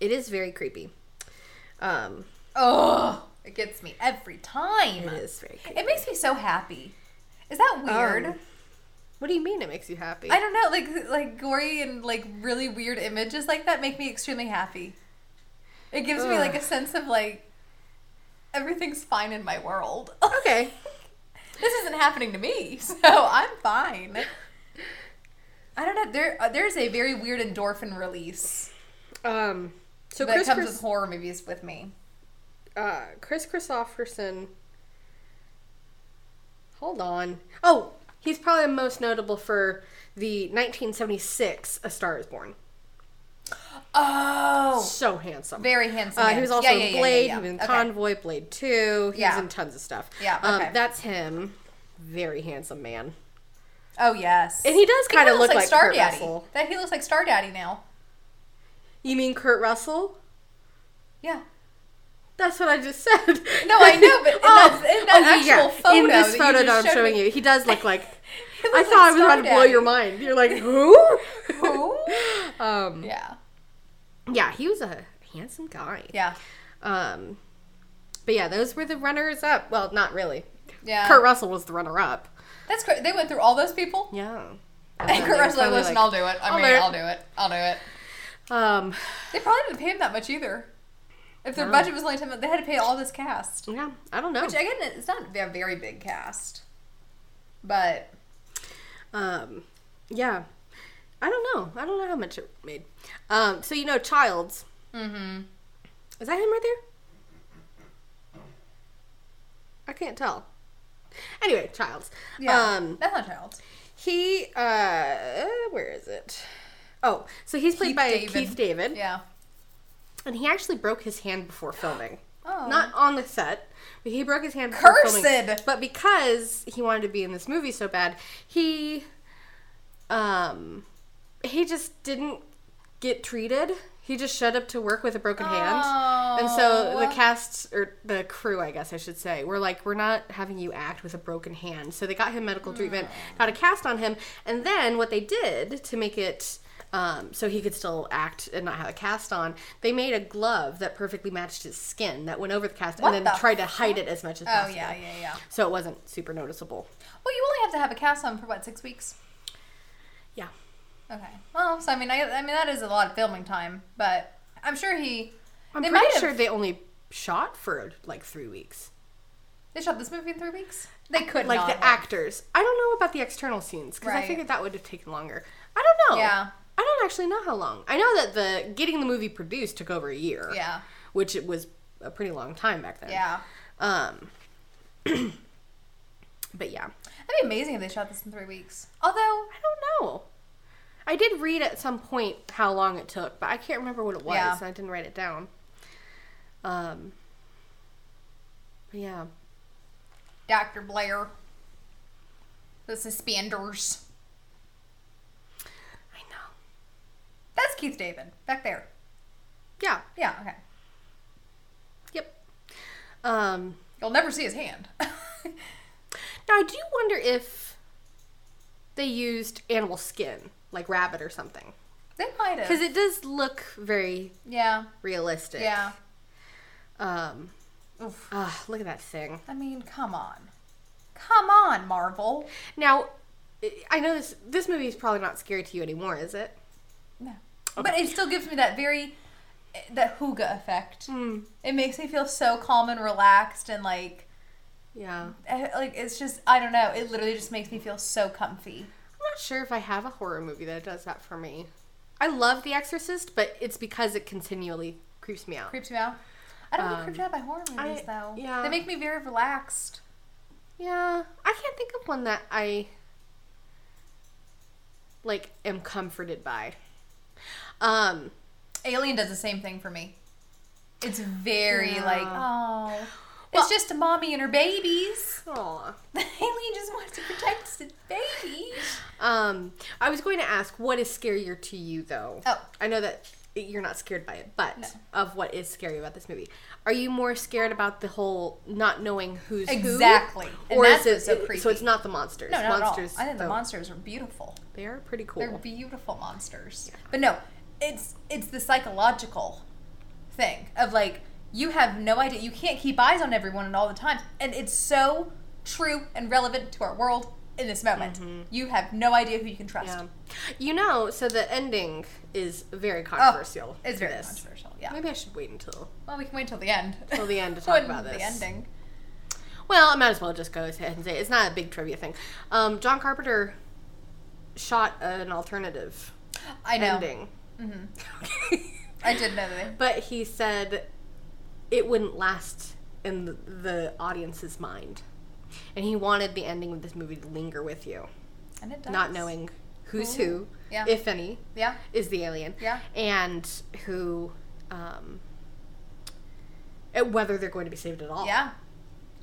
Speaker 2: It is very creepy. Um,
Speaker 1: Oh, it gets me every
Speaker 2: it
Speaker 1: time.
Speaker 2: is very. Creepy.
Speaker 1: It makes me so happy. Is that weird?
Speaker 2: Um, what do you mean? It makes you happy?
Speaker 1: I don't know, like like gory and like really weird images like that make me extremely happy. It gives me like a
Speaker 2: Ugh.
Speaker 1: sense of like everything's fine in my world. (laughs)
Speaker 2: okay.
Speaker 1: this isn't happening to me, (laughs) so I'm fine. I don't know. There uh, there's a very weird endorphin release
Speaker 2: Um, so
Speaker 1: that
Speaker 2: Chris
Speaker 1: comes
Speaker 2: Chris-
Speaker 1: with horror movies with me.
Speaker 2: uh, Chris Christopherson. Hold on. Oh, he's probably most notable for the 1976 A Star Is Born.
Speaker 1: Oh,
Speaker 2: So handsome.
Speaker 1: very handsome.
Speaker 2: uh,
Speaker 1: man.
Speaker 2: he was also
Speaker 1: Yeah,
Speaker 2: in
Speaker 1: yeah, yeah,
Speaker 2: Blade,
Speaker 1: yeah,
Speaker 2: he was in
Speaker 1: yeah. Okay.
Speaker 2: Convoy, Blade 2. He
Speaker 1: Yeah.
Speaker 2: was in tons of stuff.
Speaker 1: Yeah, okay.
Speaker 2: Um, that's him. Very handsome man.
Speaker 1: Oh yes,
Speaker 2: And he does kind of look
Speaker 1: looks
Speaker 2: like,
Speaker 1: Star
Speaker 2: Kurt
Speaker 1: Daddy.
Speaker 2: Russell.
Speaker 1: That he looks like Star Daddy now.
Speaker 2: You mean Kurt Russell?
Speaker 1: Yeah. (laughs)
Speaker 2: That's what I just (laughs) said.
Speaker 1: No, I know, but in
Speaker 2: oh,
Speaker 1: that- in that
Speaker 2: oh, yeah,
Speaker 1: actual
Speaker 2: yeah. in
Speaker 1: photo
Speaker 2: this
Speaker 1: that you
Speaker 2: photo
Speaker 1: just
Speaker 2: that I'm
Speaker 1: showed
Speaker 2: showing
Speaker 1: me-
Speaker 2: you, he does
Speaker 1: (laughs)
Speaker 2: look like.
Speaker 1: He
Speaker 2: I
Speaker 1: looks
Speaker 2: thought I
Speaker 1: like
Speaker 2: was about to
Speaker 1: Star
Speaker 2: blow
Speaker 1: Daddy.
Speaker 2: your mind.
Speaker 1: (laughs)
Speaker 2: You're like, who?
Speaker 1: Who?
Speaker 2: (laughs) um,
Speaker 1: yeah.
Speaker 2: yeah, he was a handsome guy.
Speaker 1: Yeah.
Speaker 2: Um, but yeah, those were the runners up. Well, not really.
Speaker 1: Yeah.
Speaker 2: Kurt Russell was the runner up.
Speaker 1: That's cra They went through all those people.
Speaker 2: Yeah.
Speaker 1: And Kurt Russell, like, listen, I'll do it. I
Speaker 2: I'll
Speaker 1: mean,
Speaker 2: do it."
Speaker 1: I'll do it. I'll do it.
Speaker 2: Um,
Speaker 1: They probably didn't pay him that much either. If their budget was only ten, they had to pay all this cast.
Speaker 2: yeah, I don't know.
Speaker 1: Which again, it's not a very big cast, but
Speaker 2: Um, yeah, I don't know. I don't know how much it made. Um, so you know, Childs. Mm-hmm. Is that him right there? I can't tell. Anyway, Childs.
Speaker 1: yeah,
Speaker 2: Um,
Speaker 1: that's not Childs.
Speaker 2: he. Uh, where is it? Oh, so he's played
Speaker 1: Keith
Speaker 2: by
Speaker 1: David.
Speaker 2: Keith David,
Speaker 1: Yeah.
Speaker 2: and he actually broke his hand before filming.
Speaker 1: Oh.
Speaker 2: Not on the set, but he broke his hand. before filming.
Speaker 1: Cursed!
Speaker 2: But because he wanted to be in this movie so bad, he, um, he just didn't get treated. He just showed up to work with a broken hand, and so the
Speaker 1: Oh.
Speaker 2: cast or the crew, I guess I should say, were like, "We're not having you act with a broken hand." So they got him medical treatment,
Speaker 1: Hmm.
Speaker 2: got a cast on him, and then what they did to make it. Um, so he could still act and not have a cast on. They made a glove that perfectly matched his skin that went over the cast,
Speaker 1: What
Speaker 2: and then
Speaker 1: the
Speaker 2: tried to hide it as much as
Speaker 1: Oh
Speaker 2: possible.
Speaker 1: yeah, yeah, yeah.
Speaker 2: So it wasn't super noticeable.
Speaker 1: Well, you only have to have a cast on for what six weeks.
Speaker 2: Yeah.
Speaker 1: Okay. Well, so I mean, I, I mean that is a lot of filming time, but I'm sure he.
Speaker 2: I'm
Speaker 1: they might
Speaker 2: pretty
Speaker 1: have-
Speaker 2: sure they only shot for like three weeks.
Speaker 1: They shot this movie in three weeks. They could
Speaker 2: Like
Speaker 1: not
Speaker 2: the
Speaker 1: have.
Speaker 2: actors. I don't know about the external scenes because I
Speaker 1: Right.
Speaker 2: figured that would have taken longer. I don't know.
Speaker 1: Yeah.
Speaker 2: I don't actually know how long. I know that the getting the movie produced took over a year.
Speaker 1: Yeah.
Speaker 2: Which it was a pretty long time back then.
Speaker 1: Yeah,
Speaker 2: Um. (clears throat) but yeah,
Speaker 1: that'd be amazing if they shot this in three weeks. Although,
Speaker 2: I don't know. I did read at some point how long it took, but I can't remember what it was.
Speaker 1: Yeah.
Speaker 2: And I didn't write it down. Um. But yeah.
Speaker 1: Dr. Blair, the suspenders.
Speaker 2: I know.
Speaker 1: That's Keith David back there.
Speaker 2: Yeah.
Speaker 1: Yeah, okay.
Speaker 2: Yep. Um,
Speaker 1: You'll never see his hand. (laughs)
Speaker 2: now I do wonder if they used animal skin, like rabbit or something,
Speaker 1: they might
Speaker 2: because
Speaker 1: have.
Speaker 2: it does look very
Speaker 1: Yeah,
Speaker 2: realistic.
Speaker 1: yeah.
Speaker 2: Um.
Speaker 1: Oof.
Speaker 2: ah, look at that thing.
Speaker 1: I mean, come on, come on, Marvel.
Speaker 2: Now, I- I know this. This movie is probably not scary to you anymore, is it?
Speaker 1: No, but it still gives me that very
Speaker 2: Hmm.
Speaker 1: that hooga effect. It makes me feel so calm and relaxed and like
Speaker 2: Yeah. I'm
Speaker 1: Eh, Like it's just I don't know. It literally just makes me feel so comfy.
Speaker 2: not sure if I have a horror movie that does that for me. I love The Exorcist, but it's because it continually creeps me out.
Speaker 1: Creeps me out. I don't get creeped out by horror movies
Speaker 2: Um, I-
Speaker 1: though.
Speaker 2: yeah.
Speaker 1: They make me very relaxed.
Speaker 2: Yeah, I can't think of one that I like am comforted by. Um,
Speaker 1: Alien does the same thing for me. It's very
Speaker 2: Yeah.
Speaker 1: like oh.
Speaker 2: Well-
Speaker 1: it's just a mommy and her babies. (laughs)
Speaker 2: aw.
Speaker 1: Alien just wants to protect his baby.
Speaker 2: Um, I was going to ask what is scarier to you though.
Speaker 1: Oh.
Speaker 2: I know that you're not scared by it, but of what is scary about this movie. Are you more scared about the whole not knowing who's
Speaker 1: Exactly.
Speaker 2: who?
Speaker 1: And
Speaker 2: Or
Speaker 1: that's
Speaker 2: is it
Speaker 1: what's so
Speaker 2: it-
Speaker 1: creepy.
Speaker 2: so it's not the monsters.
Speaker 1: No, not
Speaker 2: monsters
Speaker 1: at all. I think the
Speaker 2: though,
Speaker 1: monsters are beautiful.
Speaker 2: they are pretty cool.
Speaker 1: They're beautiful monsters. But no, it's it's the psychological thing of like you have no idea. You can't keep eyes on everyone at all the times, and it's so true and relevant to our world in this moment. You have no idea who you can trust.
Speaker 2: Mm-hmm. Yeah. You know, so the ending is very controversial.
Speaker 1: Oh, It's very
Speaker 2: This.
Speaker 1: controversial. Yeah.
Speaker 2: Maybe I should wait until
Speaker 1: Well, we can wait till the end.
Speaker 2: Till
Speaker 1: (laughs)
Speaker 2: the end to
Speaker 1: When
Speaker 2: talk about
Speaker 1: The
Speaker 2: this.
Speaker 1: ending.
Speaker 2: Well, I might as well just go ahead and say it. it's not a big trivia thing. Um, John Carpenter shot an alternative
Speaker 1: I know.
Speaker 2: ending,
Speaker 1: hmm
Speaker 2: (laughs)
Speaker 1: I did know that.
Speaker 2: but he said it wouldn't last in the, the audience's mind, and he wanted the ending of this movie to linger with you,
Speaker 1: And it does.
Speaker 2: not knowing who's who,
Speaker 1: Yeah.
Speaker 2: if any,
Speaker 1: Yeah.
Speaker 2: is the alien,
Speaker 1: Yeah.
Speaker 2: and who, um, and whether they're going to be saved at all.
Speaker 1: Yeah.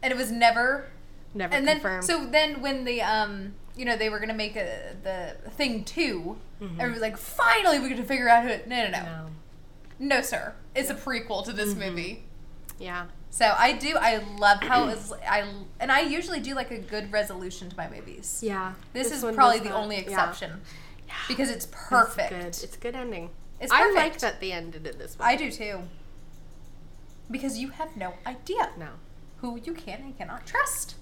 Speaker 1: And it was never
Speaker 2: never
Speaker 1: and
Speaker 2: confirmed.
Speaker 1: then so then when the um you know they were gonna make a, the thing 2 everyone was like finally we get to figure out who it no no no no,
Speaker 2: Mm-hmm. No. Mm-hmm.
Speaker 1: sir it's a prequel to this movie
Speaker 2: yeah.
Speaker 1: so i do i love how is i and i usually do like a good resolution to my movies
Speaker 2: Yeah.
Speaker 1: this,
Speaker 2: one
Speaker 1: is probably
Speaker 2: does
Speaker 1: the
Speaker 2: that.
Speaker 1: only
Speaker 2: Yeah.
Speaker 1: exception
Speaker 2: Yeah.
Speaker 1: because it's
Speaker 2: That's
Speaker 1: perfect
Speaker 2: good. It's a good ending.
Speaker 1: It's
Speaker 2: I like
Speaker 1: perfect.
Speaker 2: that they ended it this way.
Speaker 1: i do too because you have no idea
Speaker 2: no.
Speaker 1: who you can and cannot trust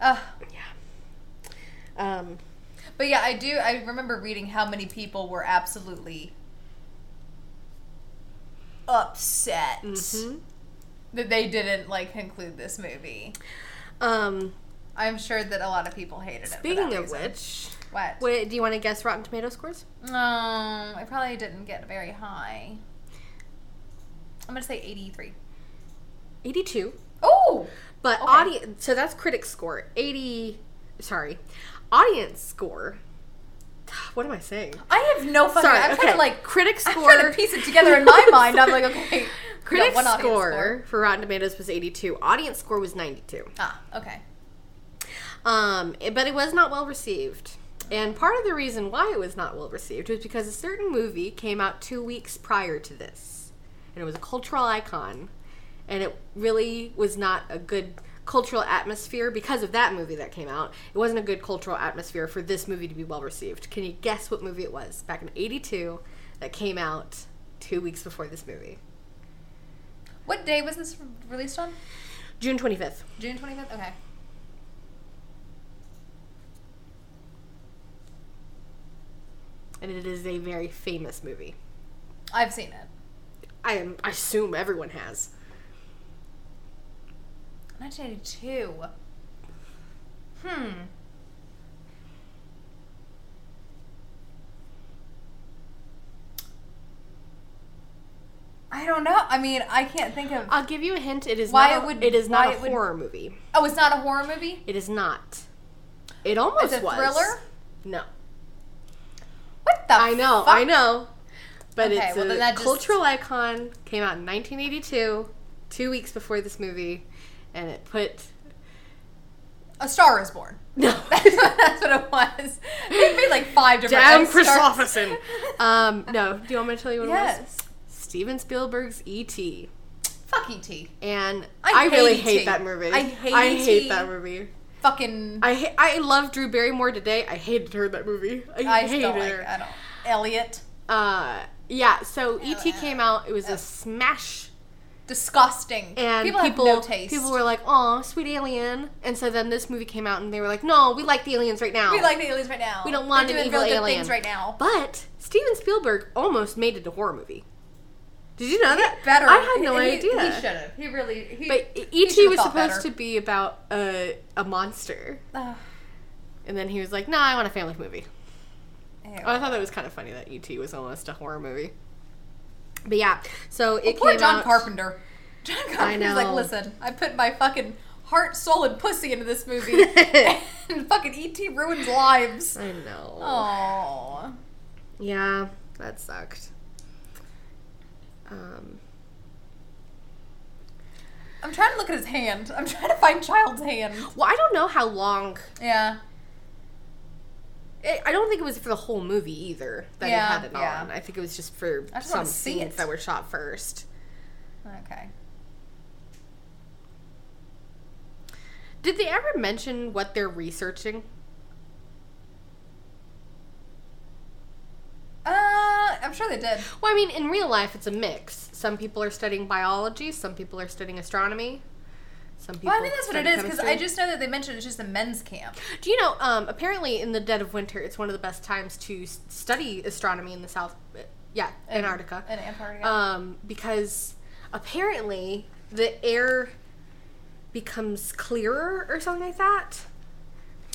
Speaker 1: Ugh.
Speaker 2: Yeah. Um.
Speaker 1: But yeah, I do. I remember reading how many people were absolutely upset
Speaker 2: mhm.
Speaker 1: that they didn't like conclude this movie.
Speaker 2: Um.
Speaker 1: I'm sure that a lot of people hated it. for
Speaker 2: Speaking
Speaker 1: that
Speaker 2: of
Speaker 1: reason.
Speaker 2: which,
Speaker 1: what?
Speaker 2: wait, do you want to guess Rotten Tomato scores?
Speaker 1: Um, I probably didn't get very high. I'm gonna say 83.
Speaker 2: Eighty-two.
Speaker 1: Oh,
Speaker 2: But
Speaker 1: Okay.
Speaker 2: audience. So that's critic score. Eighty. Sorry. Audience score. What am I saying?
Speaker 1: I have no fucking.
Speaker 2: Sorry.
Speaker 1: I'm
Speaker 2: okay.
Speaker 1: trying to like.
Speaker 2: critic
Speaker 1: I'm
Speaker 2: score.
Speaker 1: trying to piece it together
Speaker 2: (laughs)
Speaker 1: in my mind. I'm like, okay. we got
Speaker 2: Critic
Speaker 1: one
Speaker 2: score,
Speaker 1: audience
Speaker 2: for Rotten Tomatoes was 82. Audience score was 92.
Speaker 1: Ah, okay.
Speaker 2: Um, it- but it was not well received. And part of the reason why it was not well received was because a certain movie came out two weeks prior to this. And it was a cultural icon. And it really was not a good cultural atmosphere because of that movie that came out. It wasn't a good cultural atmosphere for this movie to be well received. Can you guess what movie it was back in 82 that came out two weeks before this movie?
Speaker 1: What day was this released on?
Speaker 2: June 25th.
Speaker 1: June 25th? Okay.
Speaker 2: And it is a very famous movie.
Speaker 1: I've seen it.
Speaker 2: I, am, I assume everyone has.
Speaker 1: 1982. Hmm. I don't know. I mean, I can't think of.
Speaker 2: I'll give you a hint. It is
Speaker 1: Why
Speaker 2: not.
Speaker 1: it
Speaker 2: a,
Speaker 1: would-
Speaker 2: it is
Speaker 1: why
Speaker 2: not a
Speaker 1: it would-
Speaker 2: horror movie.
Speaker 1: Oh, it's not a horror movie.
Speaker 2: It is not. It almost
Speaker 1: It's a
Speaker 2: was.
Speaker 1: thriller.
Speaker 2: No,
Speaker 1: What the?
Speaker 2: I know,
Speaker 1: fuck?
Speaker 2: I know. But
Speaker 1: Okay,
Speaker 2: it's
Speaker 1: well,
Speaker 2: a
Speaker 1: then that just-
Speaker 2: cultural icon. Came out in 1982, two weeks before this movie, and it put (laughs)
Speaker 1: A Star Is Born. (laughs)
Speaker 2: no.
Speaker 1: That's what it was. They made like five different.
Speaker 2: Damn
Speaker 1: like,
Speaker 2: Chris
Speaker 1: Star- (laughs)
Speaker 2: Christopherson. Um, no. Do you want me to tell you what it
Speaker 1: yes.
Speaker 2: was? Steven Spielberg's E.T.
Speaker 1: Fuck E E.T.
Speaker 2: And
Speaker 1: I
Speaker 2: I, really
Speaker 1: hate
Speaker 2: hate
Speaker 1: E.T..
Speaker 2: that movie.
Speaker 1: I hate E
Speaker 2: I hate
Speaker 1: E.T..
Speaker 2: that movie.
Speaker 1: Fucking.
Speaker 2: I ha- I love Drew Barrymore today. I hated her in that movie. I,
Speaker 1: I,
Speaker 2: hate
Speaker 1: still like.
Speaker 2: her.
Speaker 1: I don't. Elliot.
Speaker 2: uh, yeah. So ET
Speaker 1: oh,
Speaker 2: came out. It was
Speaker 1: oh.
Speaker 2: a smash,
Speaker 1: Disgusting.
Speaker 2: and
Speaker 1: people,
Speaker 2: people people,
Speaker 1: have no taste.
Speaker 2: were like, "Oh, sweet alien," and so then this movie came out, and they were like, "No, we like the aliens right now."
Speaker 1: We like the aliens right now.
Speaker 2: Oh. We don't want
Speaker 1: They're
Speaker 2: an
Speaker 1: doing
Speaker 2: evil
Speaker 1: really
Speaker 2: alien.
Speaker 1: good things right now.
Speaker 2: but Steven Spielberg almost made it a horror movie. Did you know that?
Speaker 1: Better.
Speaker 2: I had no
Speaker 1: He-
Speaker 2: idea.
Speaker 1: He should have. He really. He,
Speaker 2: But
Speaker 1: he
Speaker 2: E.T.
Speaker 1: should've
Speaker 2: was
Speaker 1: thought
Speaker 2: supposed
Speaker 1: better.
Speaker 2: to be about a, a monster.
Speaker 1: Ugh,
Speaker 2: And then he was like, nah, I want a family movie.
Speaker 1: ew.
Speaker 2: Oh, I thought that was kind of funny that E.T. was almost a horror movie. But yeah, so it
Speaker 1: Poor
Speaker 2: came
Speaker 1: John
Speaker 2: out.
Speaker 1: Carpenter. (laughs) John Carpenter's
Speaker 2: know.
Speaker 1: like, listen, I put my fucking heart, soul, and pussy into this
Speaker 2: (laughs)
Speaker 1: movie, (laughs) and fucking ET ruins lives.
Speaker 2: I know.
Speaker 1: Oh,
Speaker 2: Yeah, that sucked. Um,
Speaker 1: I'm trying to look at his hand. I'm trying to find Child's hand.
Speaker 2: well, I don't know how long.
Speaker 1: Yeah.
Speaker 2: It, I don't think it was for the whole movie either that
Speaker 1: Yeah,
Speaker 2: he had it
Speaker 1: yeah.
Speaker 2: on. I think it was just for
Speaker 1: I just
Speaker 2: some
Speaker 1: wanna see
Speaker 2: scenes
Speaker 1: it.
Speaker 2: that were shot first.
Speaker 1: Okay.
Speaker 2: Did they ever mention what they're researching?
Speaker 1: Uh, I'm sure they did.
Speaker 2: Well, I mean, in real life, it's a mix. Some people are studying biology, some people are studying astronomy, some people.
Speaker 1: Well, I mean, that's what it
Speaker 2: study
Speaker 1: is because I
Speaker 2: chemistry.
Speaker 1: just know that they mentioned it's just a men's camp.
Speaker 2: Do you know? Um, apparently, in the dead of winter, it's one of the best times to s- study astronomy in the South. uh, Yeah, Antarctica.
Speaker 1: in Antarctica.
Speaker 2: um, because apparently the air becomes clearer or something like that.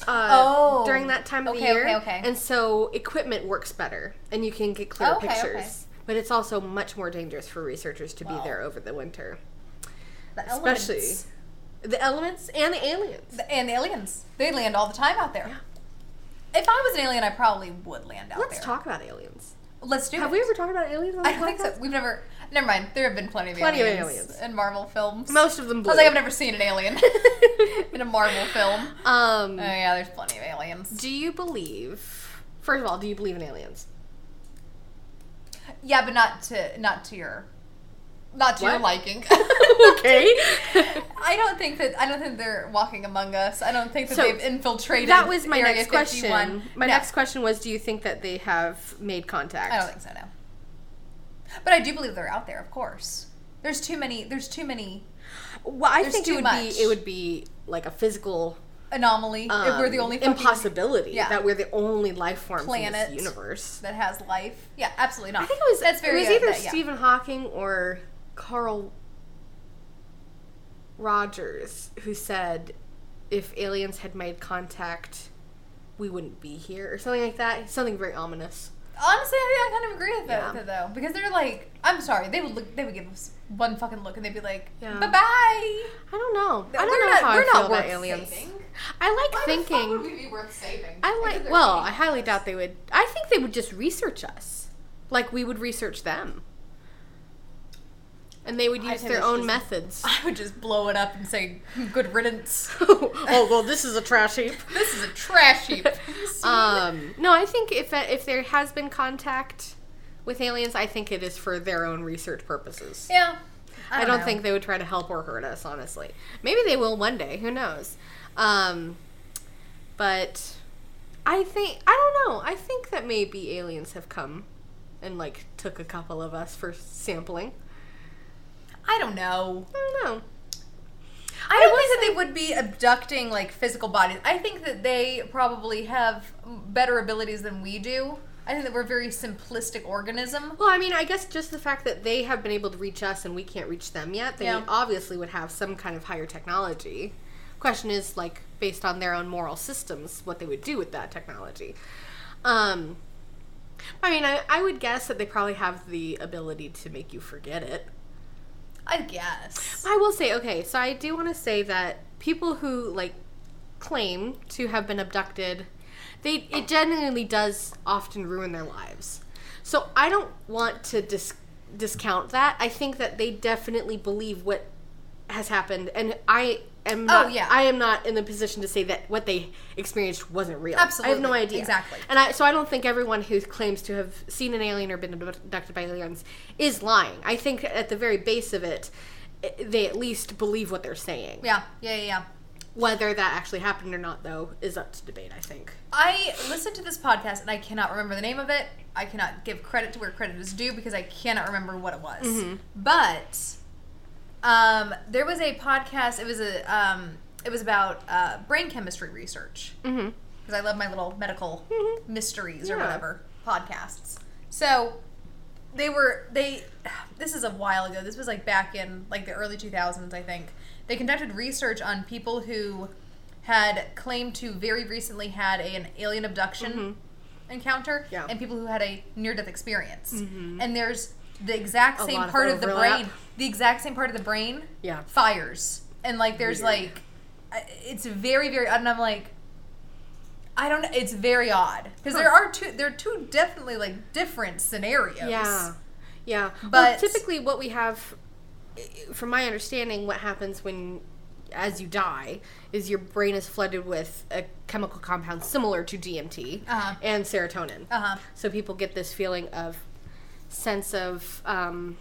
Speaker 2: Uh,
Speaker 1: Oh.
Speaker 2: during that time of the
Speaker 1: Okay,
Speaker 2: year,
Speaker 1: okay, okay.
Speaker 2: and so equipment works better, and you can get clearer
Speaker 1: Okay, okay.
Speaker 2: pictures. But it's also much more dangerous for researchers to be
Speaker 1: Wow.
Speaker 2: there over the winter,
Speaker 1: the
Speaker 2: especially
Speaker 1: elements.
Speaker 2: the elements and the aliens.
Speaker 1: The- and the aliens. They land all the time out there. If I was an alien, I probably would land out
Speaker 2: Let's
Speaker 1: there.
Speaker 2: talk about aliens.
Speaker 1: Let's do
Speaker 2: Have
Speaker 1: it.
Speaker 2: we ever talked about aliens on the
Speaker 1: I don't think so.
Speaker 2: podcast?
Speaker 1: We've never. Never mind. There have been plenty of
Speaker 2: Plenty of
Speaker 1: aliens,
Speaker 2: aliens.
Speaker 1: in Marvel films.
Speaker 2: Most of them
Speaker 1: I
Speaker 2: blew.
Speaker 1: was like, I've never seen an
Speaker 2: (laughs)
Speaker 1: alien in a Marvel film.
Speaker 2: um,
Speaker 1: Oh yeah, there's plenty of aliens.
Speaker 2: Do you believe? First of all, do you believe in aliens?
Speaker 1: Yeah, but not to not to your not to your
Speaker 2: What?
Speaker 1: liking.
Speaker 2: (laughs)
Speaker 1: (laughs)
Speaker 2: okay.
Speaker 1: I don't think that I don't think they're walking among us. I don't think that
Speaker 2: So,
Speaker 1: they've infiltrated.
Speaker 2: that was my
Speaker 1: Area
Speaker 2: next
Speaker 1: 51.
Speaker 2: question. My
Speaker 1: No,
Speaker 2: next question was do you think that they have made contact?
Speaker 1: I don't think so. No, but I do believe they're out there. Of course, there's too many. There's too many
Speaker 2: Well, I
Speaker 1: Oh, There's
Speaker 2: think it
Speaker 1: too
Speaker 2: would
Speaker 1: much.
Speaker 2: be it would be like a physical
Speaker 1: anomaly. if we're the
Speaker 2: um,
Speaker 1: only fucking
Speaker 2: impossibility
Speaker 1: yeah.
Speaker 2: that we're the only life forms
Speaker 1: Planet.
Speaker 2: in this universe.
Speaker 1: that has life. Yeah, absolutely not.
Speaker 2: I think it was
Speaker 1: that's very
Speaker 2: it was either
Speaker 1: uh, that- yeah.
Speaker 2: Stephen Hawking or Carl Rogers who said if aliens had made contact we wouldn't be here or something like that. Something very ominous.
Speaker 1: Honestly, I, think I kind of agree with that,
Speaker 2: Yeah.
Speaker 1: with it, though, because they're like, I'm sorry, they would look, they would give us one fucking look, and they'd be like,
Speaker 2: Yeah.
Speaker 1: bye bye.
Speaker 2: I don't know. I don't
Speaker 1: we're
Speaker 2: know
Speaker 1: not,
Speaker 2: how
Speaker 1: we're
Speaker 2: I feel
Speaker 1: not
Speaker 2: about
Speaker 1: worth
Speaker 2: aliens.
Speaker 1: saving.
Speaker 2: I like
Speaker 1: Why The fuck
Speaker 2: thinking.
Speaker 1: would we be worth saving?
Speaker 2: I
Speaker 1: Because
Speaker 2: like.
Speaker 1: they're
Speaker 2: Well, I
Speaker 1: cheating.
Speaker 2: highly doubt they would. I think they would just research us, like we would research them, and they would
Speaker 1: I
Speaker 2: use
Speaker 1: think
Speaker 2: their
Speaker 1: it's
Speaker 2: own
Speaker 1: just- (laughs)
Speaker 2: methods.
Speaker 1: (laughs)
Speaker 2: (laughs)
Speaker 1: I would just blow it up and say, good riddance.
Speaker 2: oh well, this is a trash heap.
Speaker 1: this is a trash
Speaker 2: (laughs)
Speaker 1: heap.
Speaker 2: um, no, I think if that, if there has been contact with aliens, I think it is for their own research purposes.
Speaker 1: yeah.
Speaker 2: I don't,
Speaker 1: know.
Speaker 2: think they would try to help or hurt us, honestly. Maybe they will one day. Who knows? Um, but I think I don't know. I think that maybe aliens have come and like took a couple of us for sampling.
Speaker 1: I don't know.
Speaker 2: I don't know.
Speaker 1: I don't think that they would be abducting like physical bodies. I think that they probably have better abilities than we do. I think that we're a very simplistic organism.
Speaker 2: Well, I mean, I guess just the fact that they have been able to reach us and we can't reach them yet, they
Speaker 1: Yeah.
Speaker 2: obviously would have some kind of higher technology. Question is, like, based on their own moral systems, what they would do with that technology. Um, I mean, I, I would guess that they probably have the ability to make you forget it.
Speaker 1: I guess.
Speaker 2: I will say, okay, so I do want to say that people who like claim to have been abducted, they it genuinely does often ruin their lives. So I don't want to dis- discount that. I think that they definitely believe what has happened, and I am not,
Speaker 1: Oh, yeah.
Speaker 2: I am not in the position to say that what they experienced wasn't real. I have no
Speaker 1: Absolutely.
Speaker 2: idea
Speaker 1: Exactly.
Speaker 2: and I, so I don't think everyone who claims to have seen an alien or been abducted by aliens is lying. I think at the very base of it, i- they at least believe what they're saying.
Speaker 1: Yeah, yeah, yeah, yeah.
Speaker 2: Whether that actually happened or not, though, is up to debate. I think.
Speaker 1: I listened to this podcast and I cannot remember the name of it. I cannot give credit to where credit is due because I cannot remember what it was.
Speaker 2: Mm-hmm.
Speaker 1: But um, there was a podcast. It was a um, it was about uh, brain chemistry research.
Speaker 2: Mm-hmm.
Speaker 1: because I love my little medical
Speaker 2: Mhm.
Speaker 1: mysteries or
Speaker 2: Yeah.
Speaker 1: whatever podcasts. So they were they. this is a while ago. This was like back in like the early 2000s, I think. They conducted research on people who had claimed to very recently had a- an alien abduction encounter
Speaker 2: Mm-hmm. Yeah. Mm-hmm.
Speaker 1: and people who had a near death experience. And there's the exact
Speaker 2: A
Speaker 1: same
Speaker 2: lot of
Speaker 1: part of the
Speaker 2: overlap.
Speaker 1: brain, the exact same part of the brain
Speaker 2: Yeah.
Speaker 1: fires and like there's
Speaker 2: Weird.
Speaker 1: like I- it's very very odd and i'm like i don't it's very odd because there
Speaker 2: Huh.
Speaker 1: are two there are two definitely like different scenarios
Speaker 2: Yeah. Yeah. But
Speaker 1: But-
Speaker 2: typically, what we have, from my understanding, what happens when, as you die, is your brain is flooded with a chemical compound similar to DMT
Speaker 1: Uh-huh.
Speaker 2: and serotonin.
Speaker 1: uh-huh
Speaker 2: So people get this feeling of sense of. Um,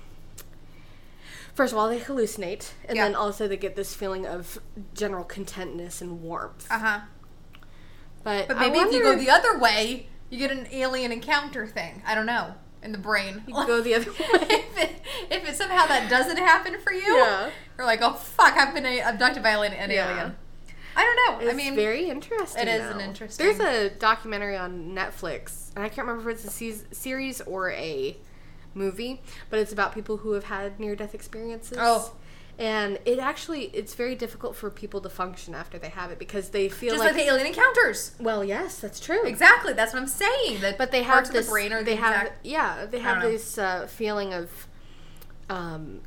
Speaker 2: First of all, they hallucinate, and
Speaker 1: Yeah.
Speaker 2: then also they get this feeling of general contentness and warmth.
Speaker 1: uh-huh
Speaker 2: But,
Speaker 1: but
Speaker 2: I
Speaker 1: maybe if you go
Speaker 2: wonder-
Speaker 1: the other way you get an alien encounter thing i don't know in the brain
Speaker 2: You go
Speaker 1: (laughs)
Speaker 2: the other (laughs) way.
Speaker 1: if, it, if it somehow that doesn't happen for you
Speaker 2: Yeah.
Speaker 1: you're like oh fuck i've been a- abducted by an, an
Speaker 2: Yeah.
Speaker 1: alien i don't know
Speaker 2: It's
Speaker 1: i mean
Speaker 2: very interesting.
Speaker 1: it is
Speaker 2: though.
Speaker 1: an interesting-
Speaker 2: There's a documentary on Netflix, and I can't remember if it's a se- series or a movie, but it's about people who have had near-death experiences.
Speaker 1: Oh.
Speaker 2: and it actually it's very difficult for people to function after they have it because they feel
Speaker 1: just
Speaker 2: like,
Speaker 1: like, the alien encounters
Speaker 2: well, yes, that's true.
Speaker 1: exactly that's what i'm saying that
Speaker 2: But they
Speaker 1: parts
Speaker 2: have
Speaker 1: of
Speaker 2: this.
Speaker 1: the brain or
Speaker 2: they
Speaker 1: the
Speaker 2: have
Speaker 1: exact-
Speaker 2: yeah. They have
Speaker 1: don't know.
Speaker 2: this uh, feeling of um,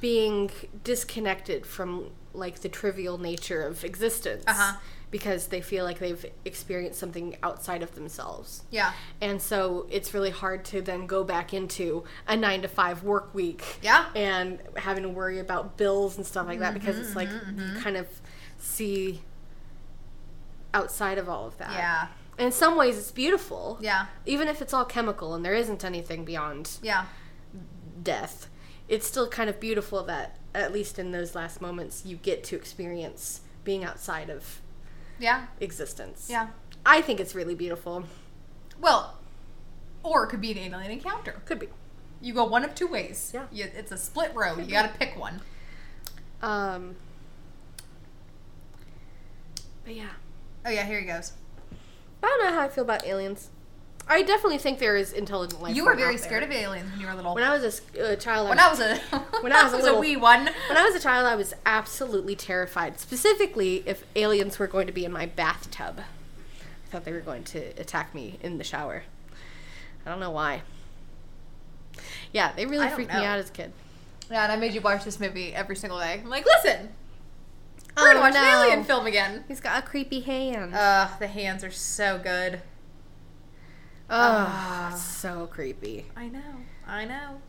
Speaker 2: being disconnected from like the trivial nature of existence
Speaker 1: Uh-huh.
Speaker 2: because they feel like they've experienced something outside of themselves.
Speaker 1: yeah
Speaker 2: And so it's really hard to then go back into a nine to five work week.
Speaker 1: Yeah. Mm-hmm,
Speaker 2: And having to worry about bills and stuff like that because it's like you kind of see outside of all of that.
Speaker 1: Yeah.
Speaker 2: In some ways, it's beautiful.
Speaker 1: Yeah.
Speaker 2: Even if it's all chemical and there isn't anything beyond
Speaker 1: Yeah.
Speaker 2: death, it's still kind of beautiful that, at least in those last moments, you get to experience being outside of
Speaker 1: Yeah.
Speaker 2: existence.
Speaker 1: Yeah.
Speaker 2: I think it's really beautiful.
Speaker 1: Well, or it could be an alien encounter.
Speaker 2: Could be.
Speaker 1: You go one of two ways.
Speaker 2: Yeah.
Speaker 1: You, it's a split road. you got to pick one.
Speaker 2: Um, but yeah.
Speaker 1: Oh yeah, here he goes.
Speaker 2: I don't know how I feel about aliens. I definitely think there is intelligent life.
Speaker 1: you were very scared of aliens when you were little.
Speaker 2: When I was a s- a child,
Speaker 1: When I was a
Speaker 2: (laughs)
Speaker 1: (laughs)
Speaker 2: When I was a little-
Speaker 1: wee one.
Speaker 2: When I was a child, I was absolutely terrified, specifically if aliens were going to be in my bathtub. I thought they were going to attack me in the shower. I don't know why. Yeah, they really
Speaker 1: I don't
Speaker 2: freaked
Speaker 1: know.
Speaker 2: me out as a kid.
Speaker 1: Yeah, and I made you watch this movie every single day. I'm like, listen, we're gonna
Speaker 2: Oh,
Speaker 1: watch
Speaker 2: no.
Speaker 1: an alien film again.
Speaker 2: He's got a creepy hand.
Speaker 1: Ugh, the hands are so good. Ah.
Speaker 2: oh, so creepy.
Speaker 1: I know. I know.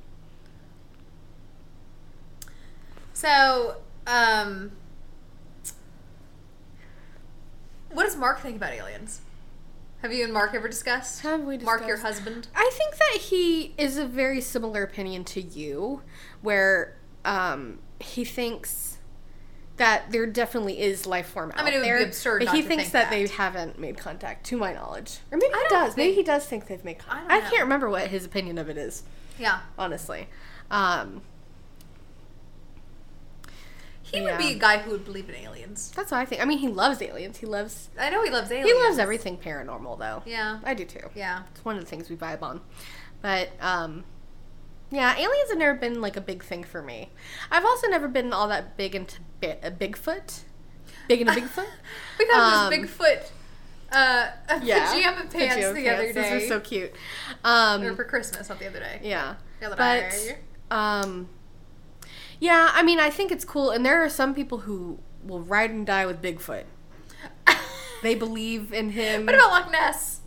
Speaker 1: So, um, what does Mark think about aliens? Have you and Mark ever discussed?
Speaker 2: Have we
Speaker 1: Mark, your
Speaker 2: discussed-
Speaker 1: husband.
Speaker 2: I think that he is a very similar opinion to you, where um, he thinks that there definitely is life form out
Speaker 1: mean, it would be
Speaker 2: there.
Speaker 1: absurd
Speaker 2: but
Speaker 1: not
Speaker 2: he
Speaker 1: to
Speaker 2: thinks
Speaker 1: think
Speaker 2: that,
Speaker 1: that.
Speaker 2: they haven't made contact, to my knowledge, or maybe
Speaker 1: I
Speaker 2: he
Speaker 1: don't
Speaker 2: does. maybe
Speaker 1: think-
Speaker 2: he does think they've made contact.
Speaker 1: I don't know.
Speaker 2: can't remember what his opinion of it is,
Speaker 1: Yeah,
Speaker 2: honestly. Um,
Speaker 1: he would be
Speaker 2: Yeah.
Speaker 1: a guy who would believe in aliens.
Speaker 2: that's what I think. I mean, he loves aliens. He loves
Speaker 1: I know he loves aliens.
Speaker 2: he loves everything paranormal, though.
Speaker 1: Yeah,
Speaker 2: I do too.
Speaker 1: yeah.
Speaker 2: It's one of the things we vibe on. But um yeah, aliens have never been like a big thing for me. I've also never been all that big into bi- uh, Bigfoot. Big
Speaker 1: (laughs)
Speaker 2: into Bigfoot?
Speaker 1: We got
Speaker 2: Um, (laughs)
Speaker 1: this Bigfoot uh, (laughs) a pajama pants
Speaker 2: Pajama
Speaker 1: the
Speaker 2: pants.
Speaker 1: other day.
Speaker 2: Those are so cute.
Speaker 1: Or
Speaker 2: Um
Speaker 1: for Christmas, not the other day.
Speaker 2: yeah.
Speaker 1: The other
Speaker 2: But
Speaker 1: day.
Speaker 2: um yeah, I mean, I think it's cool and there are some people who will ride and die with Bigfoot. They believe in
Speaker 1: (laughs)
Speaker 2: him.
Speaker 1: what about Loch Ness?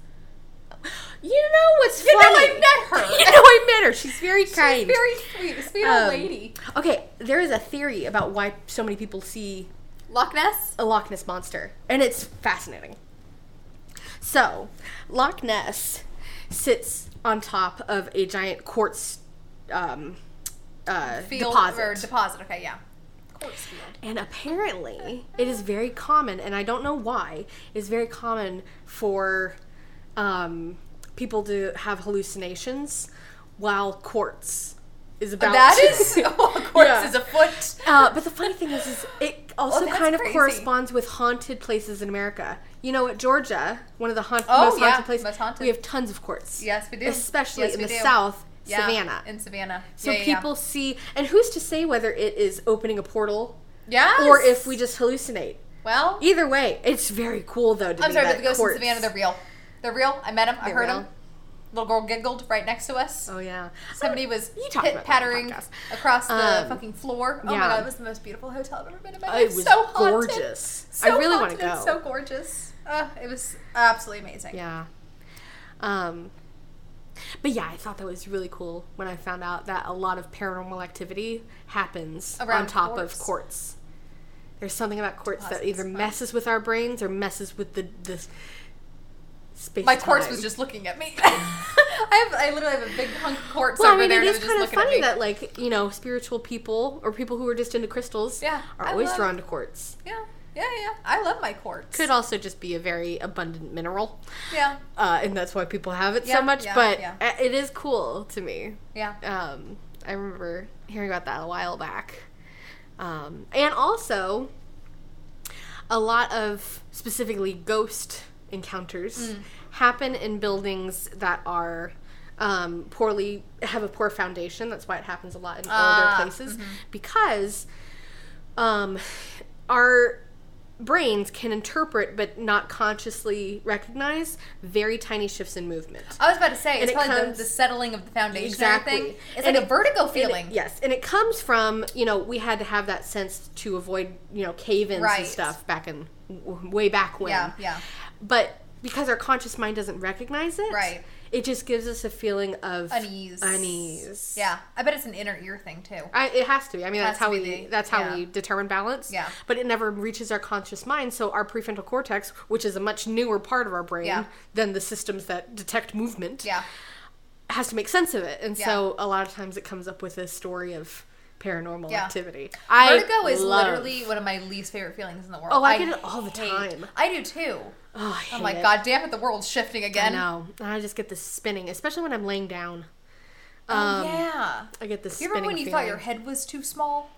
Speaker 2: You know what's
Speaker 1: You know
Speaker 2: funny?
Speaker 1: I met her.
Speaker 2: (laughs) you know I met her. She's very
Speaker 1: She's
Speaker 2: kind.
Speaker 1: very sweet, sweet
Speaker 2: Um,
Speaker 1: old lady.
Speaker 2: Okay, there is a theory about why so many people see
Speaker 1: Loch Ness.
Speaker 2: a Loch Ness monster, and it's fascinating. So, Loch Ness sits on top of a giant quartz um, uh,
Speaker 1: field
Speaker 2: deposit,
Speaker 1: or deposit. Okay, yeah. Quartz field.
Speaker 2: and apparently it is very common, and I don't know why. It's very common for um, people to have hallucinations while quartz is about.
Speaker 1: That
Speaker 2: (laughs)
Speaker 1: is (laughs) quartz
Speaker 2: Yeah.
Speaker 1: is a foot.
Speaker 2: Uh, but the funny thing is, is it also
Speaker 1: that's
Speaker 2: kind of
Speaker 1: crazy.
Speaker 2: corresponds with haunted places in America. You know, at Georgia, one of the haunt-
Speaker 1: Oh,
Speaker 2: most
Speaker 1: yeah,
Speaker 2: haunted places,
Speaker 1: most haunted.
Speaker 2: we have tons of quartz.
Speaker 1: Yes, we do.
Speaker 2: Especially
Speaker 1: Yes,
Speaker 2: in
Speaker 1: we
Speaker 2: the
Speaker 1: do.
Speaker 2: South,
Speaker 1: Yeah,
Speaker 2: Savannah.
Speaker 1: in Savannah.
Speaker 2: so
Speaker 1: Yeah, yeah, yeah.
Speaker 2: people see, and who's to say whether it is opening a portal
Speaker 1: Yes.
Speaker 2: or if we just hallucinate?
Speaker 1: well,
Speaker 2: Either way, it's very cool though. To
Speaker 1: I'm
Speaker 2: be
Speaker 1: sorry,
Speaker 2: that
Speaker 1: but the ghosts
Speaker 2: court.
Speaker 1: in Savannah, they're real. They're real. I met them. I
Speaker 2: They're
Speaker 1: heard
Speaker 2: real.
Speaker 1: them. Little girl giggled right next to us.
Speaker 2: Oh yeah,
Speaker 1: Somebody was
Speaker 2: You talked
Speaker 1: pit
Speaker 2: about that on the
Speaker 1: pattering
Speaker 2: podcast.
Speaker 1: across the
Speaker 2: Um,
Speaker 1: fucking floor. Oh my
Speaker 2: yeah.
Speaker 1: god, it was the most beautiful hotel I've ever been in. My
Speaker 2: It
Speaker 1: life.
Speaker 2: was
Speaker 1: so haunted.
Speaker 2: gorgeous.
Speaker 1: So
Speaker 2: I really want to
Speaker 1: haunted,
Speaker 2: go.
Speaker 1: So gorgeous. Uh, it was absolutely amazing.
Speaker 2: Yeah. Um, but yeah, I thought that was really cool when I found out that a lot of paranormal activity happens
Speaker 1: Around
Speaker 2: on top
Speaker 1: courts. Oh,
Speaker 2: of courts. There's something about courts that
Speaker 1: Deposits,
Speaker 2: either
Speaker 1: huh?
Speaker 2: messes with our brains or messes with the the space.
Speaker 1: My quartz was just looking at
Speaker 2: (laughs)
Speaker 1: me. I have, I literally have a big hunk of quartz
Speaker 2: Well, I
Speaker 1: over
Speaker 2: mean,
Speaker 1: there.
Speaker 2: it
Speaker 1: and
Speaker 2: is
Speaker 1: was
Speaker 2: kind of
Speaker 1: just looking at
Speaker 2: funny
Speaker 1: me.
Speaker 2: that like you know spiritual people or people who are just into crystals
Speaker 1: Yeah,
Speaker 2: are
Speaker 1: I
Speaker 2: always
Speaker 1: love-
Speaker 2: drawn to quartz.
Speaker 1: Yeah, yeah, yeah. I love my quartz.
Speaker 2: Could also just be a very abundant mineral,
Speaker 1: yeah,
Speaker 2: uh, and that's why people have it
Speaker 1: Yeah,
Speaker 2: so much.
Speaker 1: yeah,
Speaker 2: but
Speaker 1: yeah.
Speaker 2: uh, it is cool to me.
Speaker 1: yeah.
Speaker 2: um, I remember hearing about that a while back. Um, and also, a lot of specifically ghost encounters happen in buildings that are um, poorly have a poor foundation. That's why it happens a lot in older
Speaker 1: Ah,
Speaker 2: places because um, our brains can interpret but not consciously recognize very tiny shifts in movement.
Speaker 1: I was about to say it's
Speaker 2: it
Speaker 1: probably
Speaker 2: comes-
Speaker 1: the, the settling of the foundation.
Speaker 2: Exactly.
Speaker 1: Exactly. It's like
Speaker 2: And it-
Speaker 1: a vertigo
Speaker 2: And it-
Speaker 1: feeling.
Speaker 2: yes, and it comes from you know we had to have that sense to avoid you know cave-ins
Speaker 1: Right.
Speaker 2: and stuff back in w- way back when.
Speaker 1: Yeah, yeah.
Speaker 2: But because our conscious mind doesn't recognize it,
Speaker 1: Right. e-,
Speaker 2: It just gives us a feeling of
Speaker 1: Unease.
Speaker 2: Unease.
Speaker 1: Yeah, I bet it's an inner ear thing too.
Speaker 2: I, it has to be. I mean,
Speaker 1: Has
Speaker 2: that's
Speaker 1: to
Speaker 2: how
Speaker 1: be
Speaker 2: we
Speaker 1: the-
Speaker 2: that's how
Speaker 1: yeah.
Speaker 2: we determine balance.
Speaker 1: Yeah.
Speaker 2: But it never reaches our conscious mind, so our prefrontal cortex, which is a much newer part of our brain
Speaker 1: Yeah.
Speaker 2: than the systems that detect movement,
Speaker 1: Yeah.
Speaker 2: has to make sense of it. And
Speaker 1: Yeah.
Speaker 2: so a lot of times it comes up with a story of paranormal
Speaker 1: Yeah.
Speaker 2: activity. I
Speaker 1: Vertigo is
Speaker 2: love-
Speaker 1: literally one of my least favorite feelings in the world.
Speaker 2: Oh, I get it all the time.
Speaker 1: I do too.
Speaker 2: Oh, I
Speaker 1: I'm
Speaker 2: hate
Speaker 1: like,
Speaker 2: it.
Speaker 1: God damn it, the world's shifting again.
Speaker 2: No, And I just get this spinning, especially when I'm laying down.
Speaker 1: Oh,
Speaker 2: Um,
Speaker 1: yeah.
Speaker 2: I get this
Speaker 1: You
Speaker 2: spinning
Speaker 1: remember when you
Speaker 2: feeling.
Speaker 1: thought your head was too small?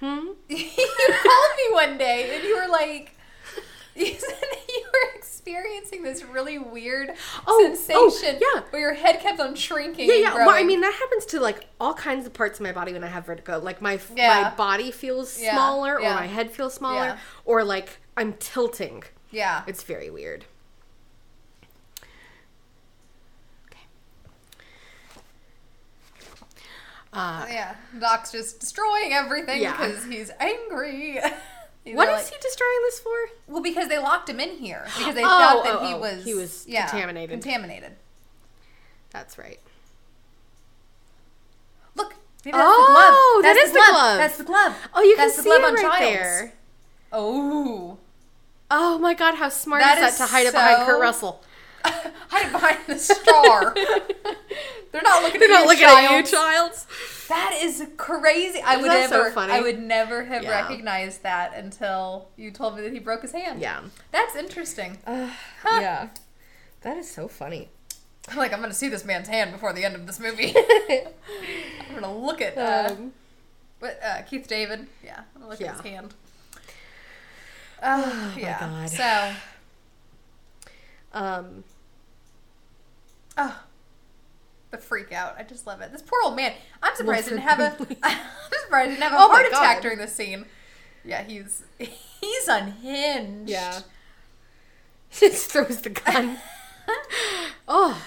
Speaker 2: Hmm?
Speaker 1: (laughs) you called me one day and you were like, (laughs) you said that you were experiencing this really weird
Speaker 2: Oh, oh,
Speaker 1: sensation
Speaker 2: yeah.
Speaker 1: where your head kept on shrinking.
Speaker 2: Yeah,
Speaker 1: and
Speaker 2: yeah. Well, I
Speaker 1: growing.
Speaker 2: mean, that happens to like all kinds of parts of my body when I have vertigo. Like my
Speaker 1: Yeah.
Speaker 2: my body feels
Speaker 1: Yeah,
Speaker 2: smaller,
Speaker 1: yeah.
Speaker 2: or my head feels smaller,
Speaker 1: Yeah.
Speaker 2: or like I'm tilting.
Speaker 1: yeah.
Speaker 2: It's very weird. Okay. Uh,
Speaker 1: Yeah, Doc's just destroying everything
Speaker 2: Yeah.
Speaker 1: because he's angry. (laughs) He's
Speaker 2: what
Speaker 1: all
Speaker 2: is he destroying this for?
Speaker 1: like- Well, because they locked him in here because they
Speaker 2: Oh,
Speaker 1: thought that
Speaker 2: oh,
Speaker 1: he
Speaker 2: oh,
Speaker 1: was
Speaker 2: he was contaminated.
Speaker 1: Contaminated.
Speaker 2: That's right.
Speaker 1: Look, maybe that's the glove.
Speaker 2: Oh, that
Speaker 1: That's
Speaker 2: is the glove.
Speaker 1: That's the glove.
Speaker 2: Oh, you
Speaker 1: that's
Speaker 2: can
Speaker 1: the
Speaker 2: see
Speaker 1: glove
Speaker 2: it
Speaker 1: on
Speaker 2: right
Speaker 1: Giles.
Speaker 2: there.
Speaker 1: Oh,
Speaker 2: Oh my God, how smart
Speaker 1: That
Speaker 2: is that
Speaker 1: is
Speaker 2: to hide it behind
Speaker 1: so-
Speaker 2: Kurt Russell?
Speaker 1: (laughs) hide it behind the (laughs)
Speaker 2: (laughs)
Speaker 1: star. They're not looking.
Speaker 2: They're
Speaker 1: at
Speaker 2: not
Speaker 1: you,
Speaker 2: looking
Speaker 1: child.
Speaker 2: at you, Childs.
Speaker 1: That is crazy. I would
Speaker 2: that so
Speaker 1: never.
Speaker 2: funny?
Speaker 1: I would never have
Speaker 2: Yeah.
Speaker 1: recognized that until you told me that he broke his hand.
Speaker 2: (laughs) Yeah. Uh,
Speaker 1: that's interesting.
Speaker 2: yeah. That is so funny.
Speaker 1: (laughs) I'm like, I'm gonna see this man's hand before the end of this
Speaker 2: (laughs)
Speaker 1: movie. I'm gonna look at uh,
Speaker 2: Um,
Speaker 1: what, uh, Keith David. Yeah, I'm gonna look at his
Speaker 2: Yeah. (sighs) Oh
Speaker 1: hand. Uh, (sighs) yeah.
Speaker 2: God.
Speaker 1: So, Uh,
Speaker 2: um,
Speaker 1: oh, the freak out. I just love it. This poor old man. I'm surprised he didn't have a.
Speaker 2: Wilfred
Speaker 1: (laughs) I'm surprised he didn't have a
Speaker 2: Oh my
Speaker 1: heart attack
Speaker 2: God.
Speaker 1: during this scene. Yeah, he's he's unhinged.
Speaker 2: yeah. (laughs) Just throws the gun.
Speaker 1: (laughs)
Speaker 2: oh.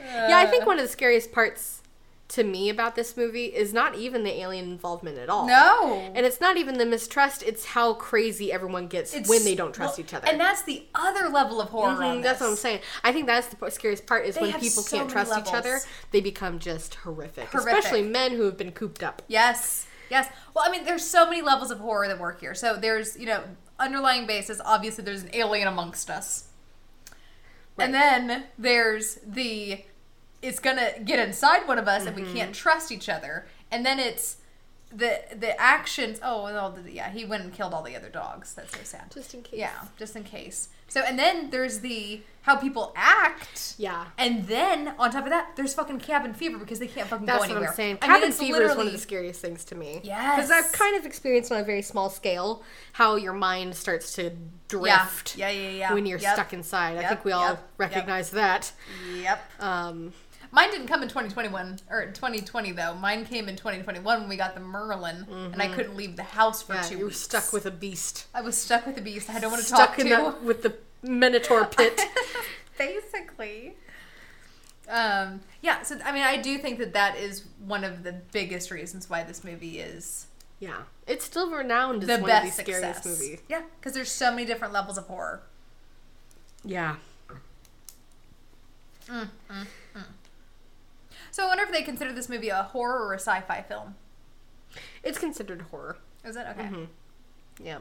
Speaker 2: Yeah, I think
Speaker 1: Uh,
Speaker 2: one of the scariest parts to me about this movie is not even the alien involvement at all.
Speaker 1: No.
Speaker 2: And it's not even the mistrust, it's how crazy everyone gets
Speaker 1: It's-
Speaker 2: when they don't trust
Speaker 1: well,
Speaker 2: each other.
Speaker 1: and that's the other level of horror.
Speaker 2: Mhm,
Speaker 1: on
Speaker 2: that's what I'm
Speaker 1: this.
Speaker 2: saying. I think that's the p- scariest part is
Speaker 1: They
Speaker 2: when
Speaker 1: have
Speaker 2: people
Speaker 1: so
Speaker 2: can't
Speaker 1: many
Speaker 2: trust each other,
Speaker 1: levels.
Speaker 2: they become just horrific,
Speaker 1: Horrific.
Speaker 2: especially men who have been cooped up.
Speaker 1: Yes. Yes. Well, I mean, there's so many levels of horror that work here. So there's, you know, underlying basis. Obviously, there's an alien amongst us. And then there's the, it's gonna get inside one of us, and we
Speaker 2: Mm-hmm.
Speaker 1: can't trust each other. And then it's the the actions. Oh, and all the, yeah, he went and killed all the other dogs. That's so sad.
Speaker 2: Just in case.
Speaker 1: yeah, just in case. So, and then there's the how people act.
Speaker 2: Yeah.
Speaker 1: And then on top of that, there's fucking cabin fever because they can't fucking
Speaker 2: That's
Speaker 1: go
Speaker 2: what
Speaker 1: anywhere.
Speaker 2: I'm saying.
Speaker 1: I mean,
Speaker 2: Cabin
Speaker 1: it's
Speaker 2: fever is one of
Speaker 1: literally-
Speaker 2: the scariest things to me.
Speaker 1: Yes.
Speaker 2: Because I've kind of experienced on a very small scale how your mind starts to drift
Speaker 1: Yeah, yeah, yeah.
Speaker 2: when you're
Speaker 1: Yep.
Speaker 2: stuck inside. I
Speaker 1: Yep,
Speaker 2: think we all
Speaker 1: yep, yep.
Speaker 2: recognize that.
Speaker 1: Yep.
Speaker 2: Um,
Speaker 1: Mine didn't come in 2021 or 2020 though. Mine came in 2021 when we got the Merlin, and I couldn't leave the house for
Speaker 2: Mm-hmm. Yeah,
Speaker 1: two
Speaker 2: you were
Speaker 1: weeks.
Speaker 2: stuck with a beast.
Speaker 1: I was stuck with the beast. I don't want to
Speaker 2: stuck
Speaker 1: talk
Speaker 2: in
Speaker 1: to.
Speaker 2: that with the
Speaker 1: (laughs)
Speaker 2: Minotaur pit.
Speaker 1: Basically. Um, yeah, so I mean, I do think that that is one of the biggest reasons why this movie is
Speaker 2: yeah, it's still renowned as
Speaker 1: the
Speaker 2: one
Speaker 1: best
Speaker 2: of the scariest
Speaker 1: success.
Speaker 2: movies.
Speaker 1: Yeah, because there's so many different levels of horror.
Speaker 2: Yeah.
Speaker 1: So I wonder if they consider this movie a horror or a sci-fi film.
Speaker 2: It's considered horror.
Speaker 1: Is it okay?
Speaker 2: Mm-hmm. Yeah.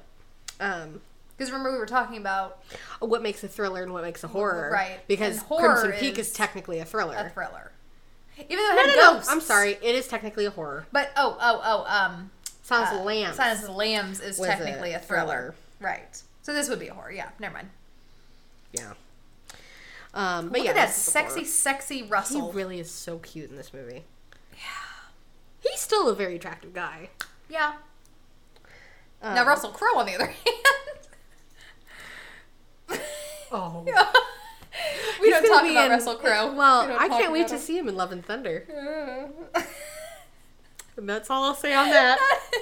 Speaker 2: Um,
Speaker 1: Because remember we were talking about
Speaker 2: what makes a thriller and what makes a horror?
Speaker 1: Right.
Speaker 2: Because
Speaker 1: And horror
Speaker 2: Crimson Peak is
Speaker 1: is
Speaker 2: technically a thriller.
Speaker 1: a thriller, even though it
Speaker 2: no,
Speaker 1: had
Speaker 2: no, no.
Speaker 1: ghosts.
Speaker 2: I'm sorry. It is technically a horror.
Speaker 1: but oh, oh, oh, um,
Speaker 2: Silence
Speaker 1: uh,
Speaker 2: of the Lambs.
Speaker 1: Silence of the Lambs is
Speaker 2: was
Speaker 1: technically
Speaker 2: a
Speaker 1: a thriller. right? So this would be a horror. Yeah, never mind.
Speaker 2: Yeah. Um, but
Speaker 1: Look
Speaker 2: yeah,
Speaker 1: at that
Speaker 2: this is a
Speaker 1: sexy,
Speaker 2: horror.
Speaker 1: sexy Russell.
Speaker 2: He really is so cute in this movie. Yeah. He's still a very attractive guy.
Speaker 1: yeah. now
Speaker 2: Um,
Speaker 1: Russell Crowe, on the other (laughs) hand, (laughs)
Speaker 2: Oh.
Speaker 1: we
Speaker 2: He's
Speaker 1: don't
Speaker 2: gonna
Speaker 1: talk
Speaker 2: be
Speaker 1: about
Speaker 2: in-
Speaker 1: Russell Crowe.
Speaker 2: Well,
Speaker 1: We don't
Speaker 2: I
Speaker 1: talk
Speaker 2: can't wait
Speaker 1: about
Speaker 2: to see him in Love and Thunder.
Speaker 1: him. (laughs)
Speaker 2: And that's all I'll say on that.
Speaker 1: that, (laughs)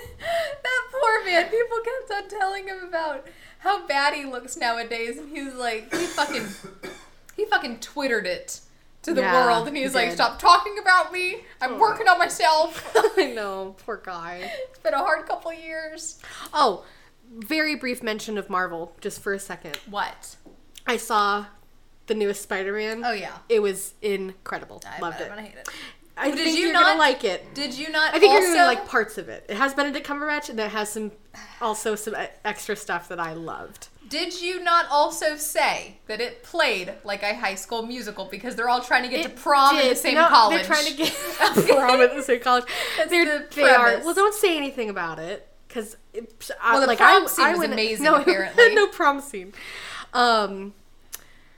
Speaker 1: that poor man. People kept on telling him about how bad he looks nowadays, and he's like, he fucking, he fucking twittered it to the
Speaker 2: Yeah,
Speaker 1: world, and he's
Speaker 2: he
Speaker 1: like,
Speaker 2: did. Oh.
Speaker 1: stop talking about me. I'm working on myself.
Speaker 2: (laughs) I know, poor guy.
Speaker 1: it's been a hard couple years.
Speaker 2: Oh, very brief mention of Marvel, just for a second.
Speaker 1: What?
Speaker 2: I saw the newest Spider-Man.
Speaker 1: Oh yeah,
Speaker 2: It was incredible.
Speaker 1: I
Speaker 2: Loved
Speaker 1: bet
Speaker 2: it.
Speaker 1: I'm gonna hate it.
Speaker 2: I
Speaker 1: Did
Speaker 2: think
Speaker 1: you
Speaker 2: are
Speaker 1: not-
Speaker 2: gonna like it.
Speaker 1: Did you not?
Speaker 2: I think
Speaker 1: also,
Speaker 2: you're gonna like parts of it. It has Benedict Cumberbatch, and it has some, also some e- extra stuff that I loved.
Speaker 1: Did you not also say that it played like a High School Musical because they're all trying to get
Speaker 2: It
Speaker 1: to prom in the
Speaker 2: did-
Speaker 1: same
Speaker 2: no,
Speaker 1: college?
Speaker 2: They're trying to get
Speaker 1: (laughs)
Speaker 2: (laughs)
Speaker 1: Okay.
Speaker 2: prom at the same college.
Speaker 1: That's
Speaker 2: they're,
Speaker 1: the
Speaker 2: they are.
Speaker 1: premise.
Speaker 2: Well, don't say anything about it because
Speaker 1: Well, the
Speaker 2: like
Speaker 1: prom
Speaker 2: I,
Speaker 1: scene
Speaker 2: I
Speaker 1: was
Speaker 2: (laughs) wouldn't-
Speaker 1: amazing,
Speaker 2: No,
Speaker 1: apparently.
Speaker 2: no prom scene. Um,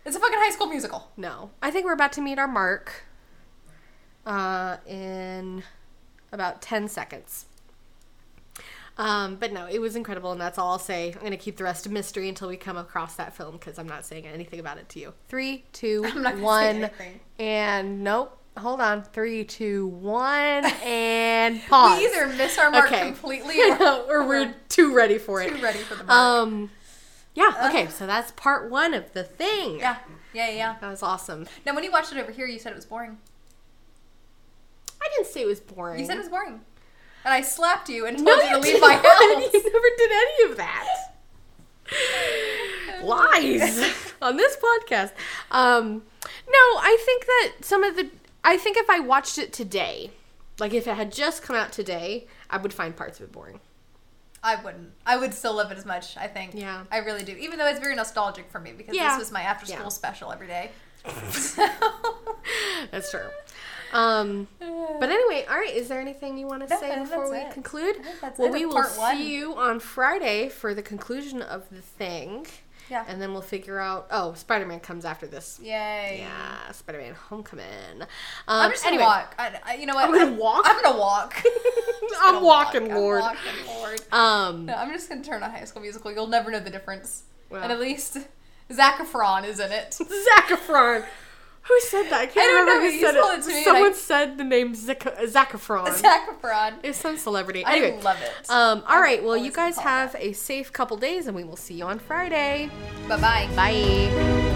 Speaker 1: It's a fucking High School Musical.
Speaker 2: no, I think we're about to meet our mark. Uh, in about ten seconds. Um, but no, it was incredible, and that's all I'll say. I'm gonna keep the rest a mystery until we come across that film because I'm not saying anything about it to you. Three, two,
Speaker 1: (laughs) I'm not gonna say
Speaker 2: one,
Speaker 1: anything.
Speaker 2: and nope. Hold on. Three, two,
Speaker 1: (laughs)
Speaker 2: one, and pause.
Speaker 1: We either miss our mark
Speaker 2: Okay.
Speaker 1: completely
Speaker 2: (laughs) I
Speaker 1: or
Speaker 2: know, or we're too ready for it.
Speaker 1: too ready for the mark.
Speaker 2: Um, yeah. Okay, so that's part one of the thing.
Speaker 1: yeah. Yeah, yeah, yeah.
Speaker 2: that was awesome.
Speaker 1: Now, when you watched it over here, you said it was boring.
Speaker 2: I didn't say it was boring.
Speaker 1: You said it was boring. And I slapped you and told
Speaker 2: no,
Speaker 1: you to
Speaker 2: you
Speaker 1: leave
Speaker 2: (laughs)
Speaker 1: my
Speaker 2: didn't.
Speaker 1: house.
Speaker 2: You never did any of that.
Speaker 1: (laughs)
Speaker 2: Lies on this podcast. Um, no, I think that some of the. I think if I watched it today, like if it had just come out today, I would find parts of it boring.
Speaker 1: I wouldn't. I would still love it as much, I think.
Speaker 2: Yeah.
Speaker 1: I really do. Even though it's very nostalgic for me because
Speaker 2: Yeah.
Speaker 1: this was my after school
Speaker 2: Yeah.
Speaker 1: special every
Speaker 2: (laughs)
Speaker 1: day.
Speaker 2: That's true.
Speaker 1: (sighs)
Speaker 2: Um, but anyway, all right. Is there anything you want to
Speaker 1: No, I
Speaker 2: say
Speaker 1: think
Speaker 2: before we
Speaker 1: that's it.
Speaker 2: conclude?
Speaker 1: I think that's
Speaker 2: well,
Speaker 1: it
Speaker 2: we
Speaker 1: of
Speaker 2: will
Speaker 1: part one.
Speaker 2: see you on Friday for the conclusion of the thing,
Speaker 1: yeah.
Speaker 2: and then we'll figure out. Oh, Spider Man comes after this.
Speaker 1: Yay.
Speaker 2: Yeah, Spider Man Homecoming. Um,
Speaker 1: I'm just gonna
Speaker 2: anyway, (laughs)
Speaker 1: walk. I, I, you know what?
Speaker 2: I'm gonna walk?
Speaker 1: I'm gonna walk. Just
Speaker 2: (laughs) I'm
Speaker 1: gonna
Speaker 2: walking, Lord.
Speaker 1: I'm walking, Lord.
Speaker 2: Um,
Speaker 1: No, I'm just gonna turn on High School Musical. You'll never know the difference.
Speaker 2: Well.
Speaker 1: And at least Zac Efron is in
Speaker 2: (laughs)
Speaker 1: it.
Speaker 2: Zac Efron. Who said that? I can't
Speaker 1: I don't
Speaker 2: remember
Speaker 1: know,
Speaker 2: who
Speaker 1: you
Speaker 2: said
Speaker 1: told
Speaker 2: it.
Speaker 1: it to me and
Speaker 2: Someone
Speaker 1: I-
Speaker 2: said the name Zac, Zac
Speaker 1: (laughs)
Speaker 2: Efron.
Speaker 1: Zac Efron.
Speaker 2: (laughs) It was some celebrity.
Speaker 1: I
Speaker 2: Anyway,
Speaker 1: love it.
Speaker 2: Um, all right. Well,
Speaker 1: always
Speaker 2: you guys
Speaker 1: recall that.
Speaker 2: have a safe couple days, and we will see you on Friday.
Speaker 1: Bye bye.
Speaker 2: Bye.